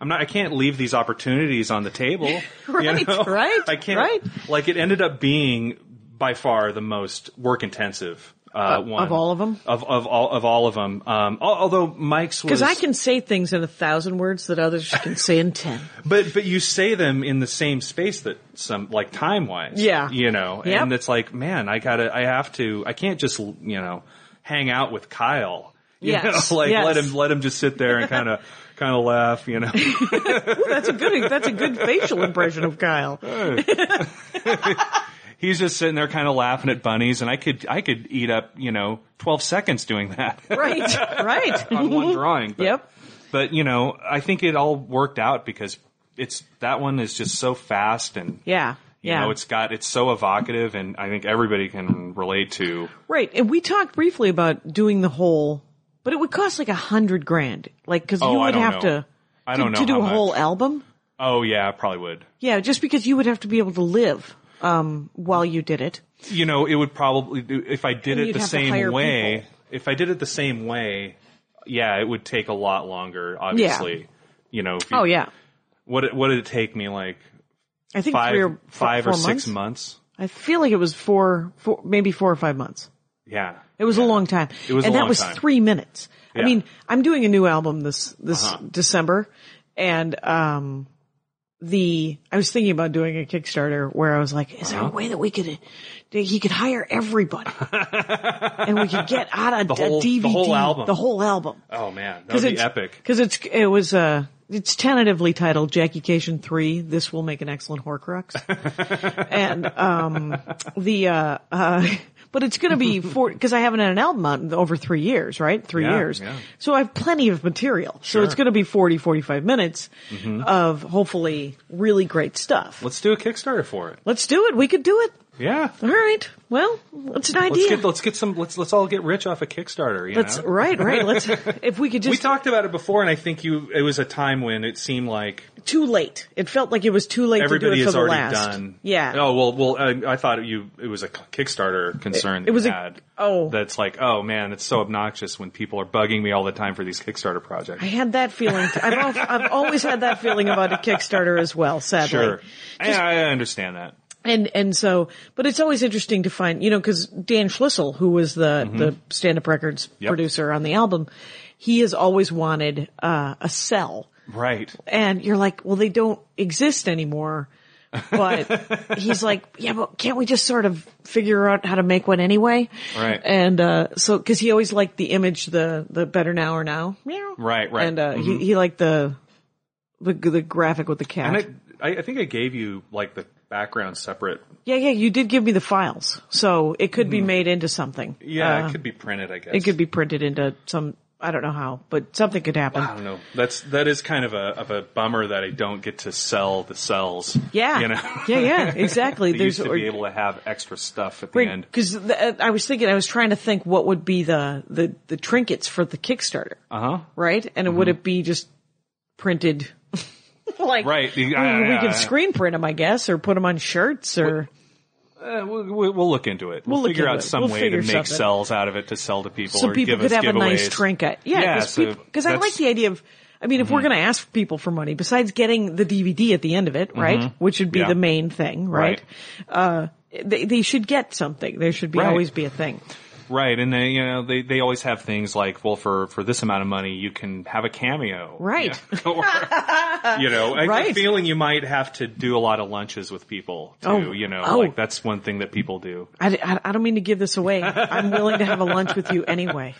S4: I'm not. I can't leave these opportunities on the table. you
S3: Right,
S4: know?
S3: right,
S4: I can't.
S3: right.
S4: Like it ended up being by far the most work intensive uh, one
S3: all of 'em?
S4: Of of all of all of them. Um, al- although Mike's was
S3: Because I can say things in a thousand words that others can say in ten.
S4: But but you say them in the same space that some like time wise.
S3: Yeah.
S4: You know,
S3: Yep.
S4: and it's like, man, I gotta, I have to, I can't just you know hang out with Kyle. You
S3: Yes,
S4: know, like
S3: yes.
S4: let him let him just sit there and kind of kind of laugh. You know,
S3: That's a good. That's a good facial impression of Kyle.
S4: he's just sitting there kind of laughing at bunnies, and I could I could eat up you know twelve seconds doing that
S3: Right, right.
S4: on one drawing. But,
S3: Yep.
S4: But you know, I think it all worked out because it's that one is just so fast and
S3: Yeah,
S4: You
S3: yeah.
S4: know, it's got it's so evocative, and I think everybody can relate to.
S3: Right, and we talked briefly about doing the whole, but it would cost like a hundred grand, like because
S4: Oh,
S3: you
S4: I
S3: would
S4: don't
S3: have
S4: know.
S3: to.
S4: I
S3: to-
S4: don't know
S3: to do a
S4: how
S3: whole
S4: much.
S3: album.
S4: Oh yeah, I probably would.
S3: Yeah, just because you would have to be able to live um, while you did it.
S4: You know, it would probably do if I did
S3: And
S4: it
S3: you'd
S4: the
S3: have to
S4: same
S3: hire
S4: way.
S3: people.
S4: If I did it the same way, yeah, it would take a lot longer. Obviously, you know. If you,
S3: Oh yeah,
S4: What what did it take me like
S3: I think
S4: five
S3: three or
S4: five
S3: four
S4: or six
S3: months?
S4: months?
S3: I feel like it was four, four, maybe four or five months.
S4: Yeah,
S3: It was a long time.
S4: It was a
S3: and that
S4: long
S3: was
S4: time.
S3: three minutes. I
S4: Yeah. Uh-huh.
S3: mean, I'm doing a new album this this December, and um, the I was thinking about doing a Kickstarter where I was like, is
S4: Uh-huh.
S3: there a way that we could that he could hire everybody, and we could get out a,
S4: whole-
S3: a DVD,
S4: the whole album.
S3: the whole album.
S4: Oh man, that would be
S3: it's-
S4: epic.
S3: Because it's it was uh it's tentatively titled Jackie Cation Three. This will make an excellent Horcrux. and um the uh uh. But it's going to be four because I haven't had an album out in over three years, right? Three
S4: Yeah,
S3: years.
S4: yeah.
S3: So I have plenty of material. So it's going to be 40, 45 minutes
S4: Mm-hmm.
S3: of hopefully really great stuff.
S4: Let's do a Kickstarter for it.
S3: Let's do it. We could do it.
S4: Yeah.
S3: All right. Well, it's an idea.
S4: Let's get let's get some let's let's all get rich off a Kickstarter. You
S3: Let's-
S4: know?
S3: right, right. Let's, if we could just.
S4: We talked about it before, and I think you. It was a time when it seemed like
S3: too late. It felt like it was too late to
S4: everybody
S3: do it
S4: is
S3: till the last.
S4: already done.
S3: Yeah.
S4: Oh well, well. I, I thought you. It was a Kickstarter concern.
S3: It was
S4: that
S3: a-
S4: you had
S3: oh.
S4: That's like oh man, it's so obnoxious when people are bugging me all the time for these Kickstarter projects.
S3: I had that feeling. T- I've, al- I've always had that feeling about a Kickstarter as well, sadly.
S4: Sure. I, I understand that.
S3: And, and so, but it's always interesting to find, you know, cause Dan Schlissel, who was the, the stand-up records
S4: Mm-hmm. Yep.
S3: producer on the album, he has always wanted, uh, a cell.
S4: Right.
S3: And you're like, well, they don't exist anymore. But he's like, yeah, but can't we just sort of figure out how to make one anyway?
S4: Right.
S3: And, uh, so, cause he always liked the image, the, the better now or now. Meow.
S4: Right, right. Mm-hmm.
S3: And, uh, he, he liked the, the, the graphic with the cat.
S4: And it, I, I think I gave you like the background separate.
S3: yeah, yeah, you did give me the files. So it could be made into something.
S4: Mm-hmm. Yeah,
S3: Uh,
S4: it could be printed. I guess
S3: it could be printed into some, I don't know how, but something could happen.
S4: I don't know. That's that is kind of a of a bummer that I don't get to sell the cells.
S3: Yeah.
S4: You know.
S3: yeah, yeah, exactly.
S4: They
S3: There's,
S4: used to
S3: or-
S4: be able to have extra stuff at the end.
S3: Because uh, I was thinking, I was trying to think what would be the the, the trinkets for the Kickstarter,
S4: Uh huh.
S3: right? And would it be just printed, like
S4: Right.
S3: We,
S4: Yeah,
S3: we
S4: yeah,
S3: could
S4: yeah.
S3: screen print them, I guess, or put them on shirts, or
S4: Uh, we'll, we'll we'll look into it. We'll,
S3: look
S4: figure
S3: into
S4: out
S3: it.
S4: some
S3: We'll
S4: way to
S3: figure
S4: make
S3: something.
S4: cells out of it to sell to people
S3: so
S4: or
S3: people
S4: give
S3: could
S4: us
S3: have a nice
S4: giveaways.
S3: trinket. Yeah,
S4: Yeah,
S3: because
S4: so
S3: I
S4: that's- Mm-hmm.
S3: like the idea of. I mean, if we're going to ask people for money, besides getting the DVD at the end of it, right, which would be
S4: Mm-hmm. Yeah.
S3: the main thing, right? Uh, They, they should get something. There should be
S4: Right.
S3: always be a thing.
S4: Right, and they you know they, they always have things like well for for this amount of money you can have a cameo,
S3: Right.
S4: You know, or, you know I-
S3: Right.
S4: I'm feeling you might have to do a lot of lunches with people too.
S3: Oh.
S4: You know,
S3: Oh.
S4: like that's one thing that people do.
S3: I, I, I don't mean to give this away. I'm willing to have a lunch with you anyway.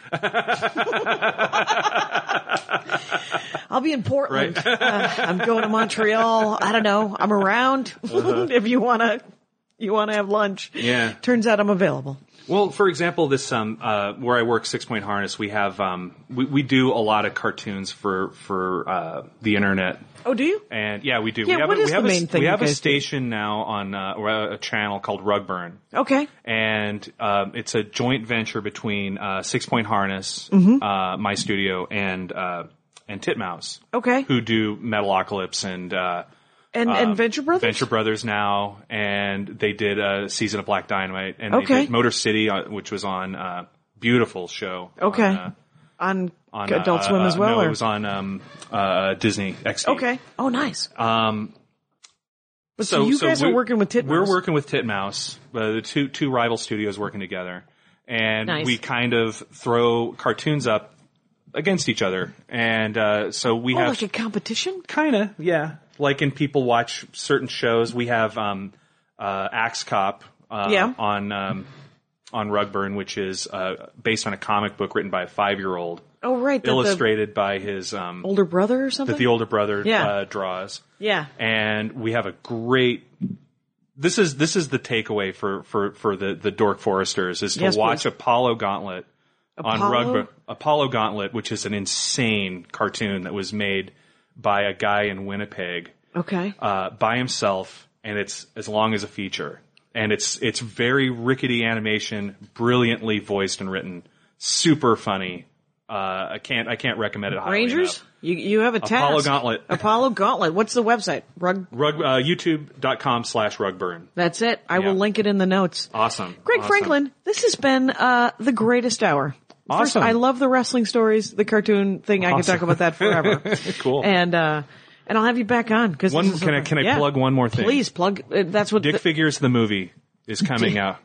S3: I'll be in Portland.
S4: Right.
S3: Uh, I'm going to Montreal. I don't know. I'm around. if you wanna, you wanna have lunch.
S4: Uh-huh. Yeah.
S3: Turns out I'm available.
S4: Well, for example, this um uh where I work, Six Point Harness, we have um we, we do a lot of cartoons for for uh the internet
S3: Oh, do you?
S4: And yeah, we do.
S3: Yeah,
S4: we have
S3: what
S4: a,
S3: is
S4: we have
S3: the
S4: a-
S3: main thing
S4: We
S3: you
S4: have a
S3: guys do?
S4: station now on uh, or a- a channel called Rugburn,
S3: Okay.
S4: and um, it's a joint venture between uh, Six Point Harness,
S3: Mm-hmm.
S4: uh, my studio, and uh, and Titmouse,
S3: Okay.
S4: who do Metalocalypse and uh,
S3: And, and Venture Brothers?
S4: Venture Brothers now, and they did a season of Black Dynamite, and
S3: Okay.
S4: they did Motor City, uh, which was on uh, beautiful show.
S3: Okay.
S4: on, uh,
S3: on,
S4: on,
S3: Adult
S4: uh,
S3: Swim
S4: uh,
S3: as well?
S4: No,
S3: or?
S4: it was on um, uh, Disney XD.
S3: okay. Oh, nice.
S4: Um,
S3: But so, you guys are
S4: we-
S3: working with Titmouse.
S4: We're working with Titmouse, uh, the two two rival studios working together, and
S3: Nice.
S4: we kind of throw cartoons up against each other, and uh, so we
S3: Oh,
S4: have
S3: like a competition?
S4: kind of yeah, like in people watch certain shows. We have um, uh, Axe Cop uh,
S3: Yeah.
S4: on um, on Rugburn, which is uh, based on a comic book written by a five year old,
S3: Oh, right. that
S4: illustrated by his um,
S3: The older brother or something?
S4: that the older brother
S3: Yeah.
S4: uh, draws
S3: yeah.
S4: and we have a great this is this is the takeaway for for for the the dork foresters is to
S3: Yes,
S4: watch
S3: please.
S4: apollo gauntlet on
S3: Apollo?
S4: rugby apollo gauntlet which is an insane cartoon that was made by a guy in winnipeg
S3: Okay.
S4: uh, by himself and it's as long as a feature and it's it's very rickety animation brilliantly voiced and written super funny uh, i can't i can't recommend it highly
S3: Rangers?
S4: enough.
S3: You, you have a task.
S4: Apollo Gauntlet.
S3: Apollo Gauntlet. What's the website? Rug.
S4: Rug, uh, youtube.com slash rugburn
S3: That's it. I
S4: Yeah.
S3: will link it in the notes.
S4: Awesome.
S3: Greg
S4: Awesome.
S3: Franklin, this has been uh, the greatest hour. First,
S4: Awesome.
S3: I love the wrestling stories, the cartoon thing. I could
S4: Awesome.
S3: talk about that forever.
S4: Cool.
S3: and uh, and I'll have you back on because
S4: One- can I- can I plug one more thing?
S3: Please plug. Uh, that's what
S4: Dick
S3: the-
S4: Figures the movie is coming out.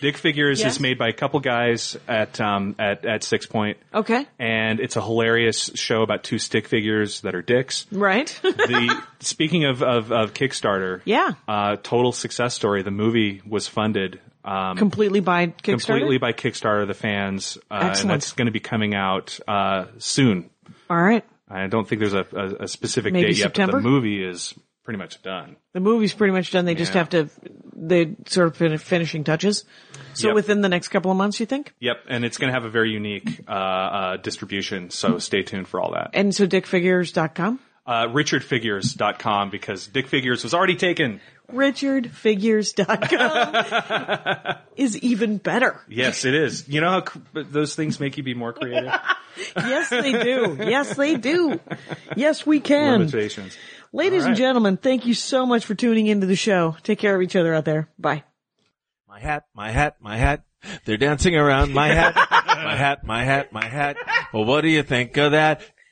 S4: Dick Figures
S3: Yes.
S4: is made by a couple guys at um at at Six Point.
S3: Okay.
S4: And it's a hilarious show about two stick figures that are dicks.
S3: Right.
S4: The speaking of of, of Kickstarter,
S3: Yeah.
S4: uh, total success story. The movie was funded um,
S3: completely by Kickstarter.
S4: completely by Kickstarter, the fans, uh, and
S3: Excellent.
S4: that's going to be coming out uh, soon.
S3: All right.
S4: I don't think there's a, a, a specific
S3: Maybe
S4: date yet, but
S3: September?
S4: the movie is pretty much done.
S3: The movie's pretty much done. They just
S4: Yeah.
S3: have to the sort of fin- finishing touches. So
S4: Yep.
S3: within the next couple of months, you think?
S4: Yep, and it's going to have a very unique uh, uh, distribution, so stay tuned for all that.
S3: And so dickfigures.com.
S4: Uh, RichardFigures.com because Dick Figures was already taken.
S3: richardfigures.com is even better.
S4: Yes, it is. You know how c- those things make you be more creative?
S3: Yes, they do. Yes, they do. Yes, we can.
S4: Limitations.
S3: Ladies and
S4: All right.
S3: gentlemen, thank you so much for tuning into the show. Take care of each other out there. Bye.
S5: My hat, my hat, my hat. They're dancing around my hat, my hat, my hat, my hat. Well, what do you think of that?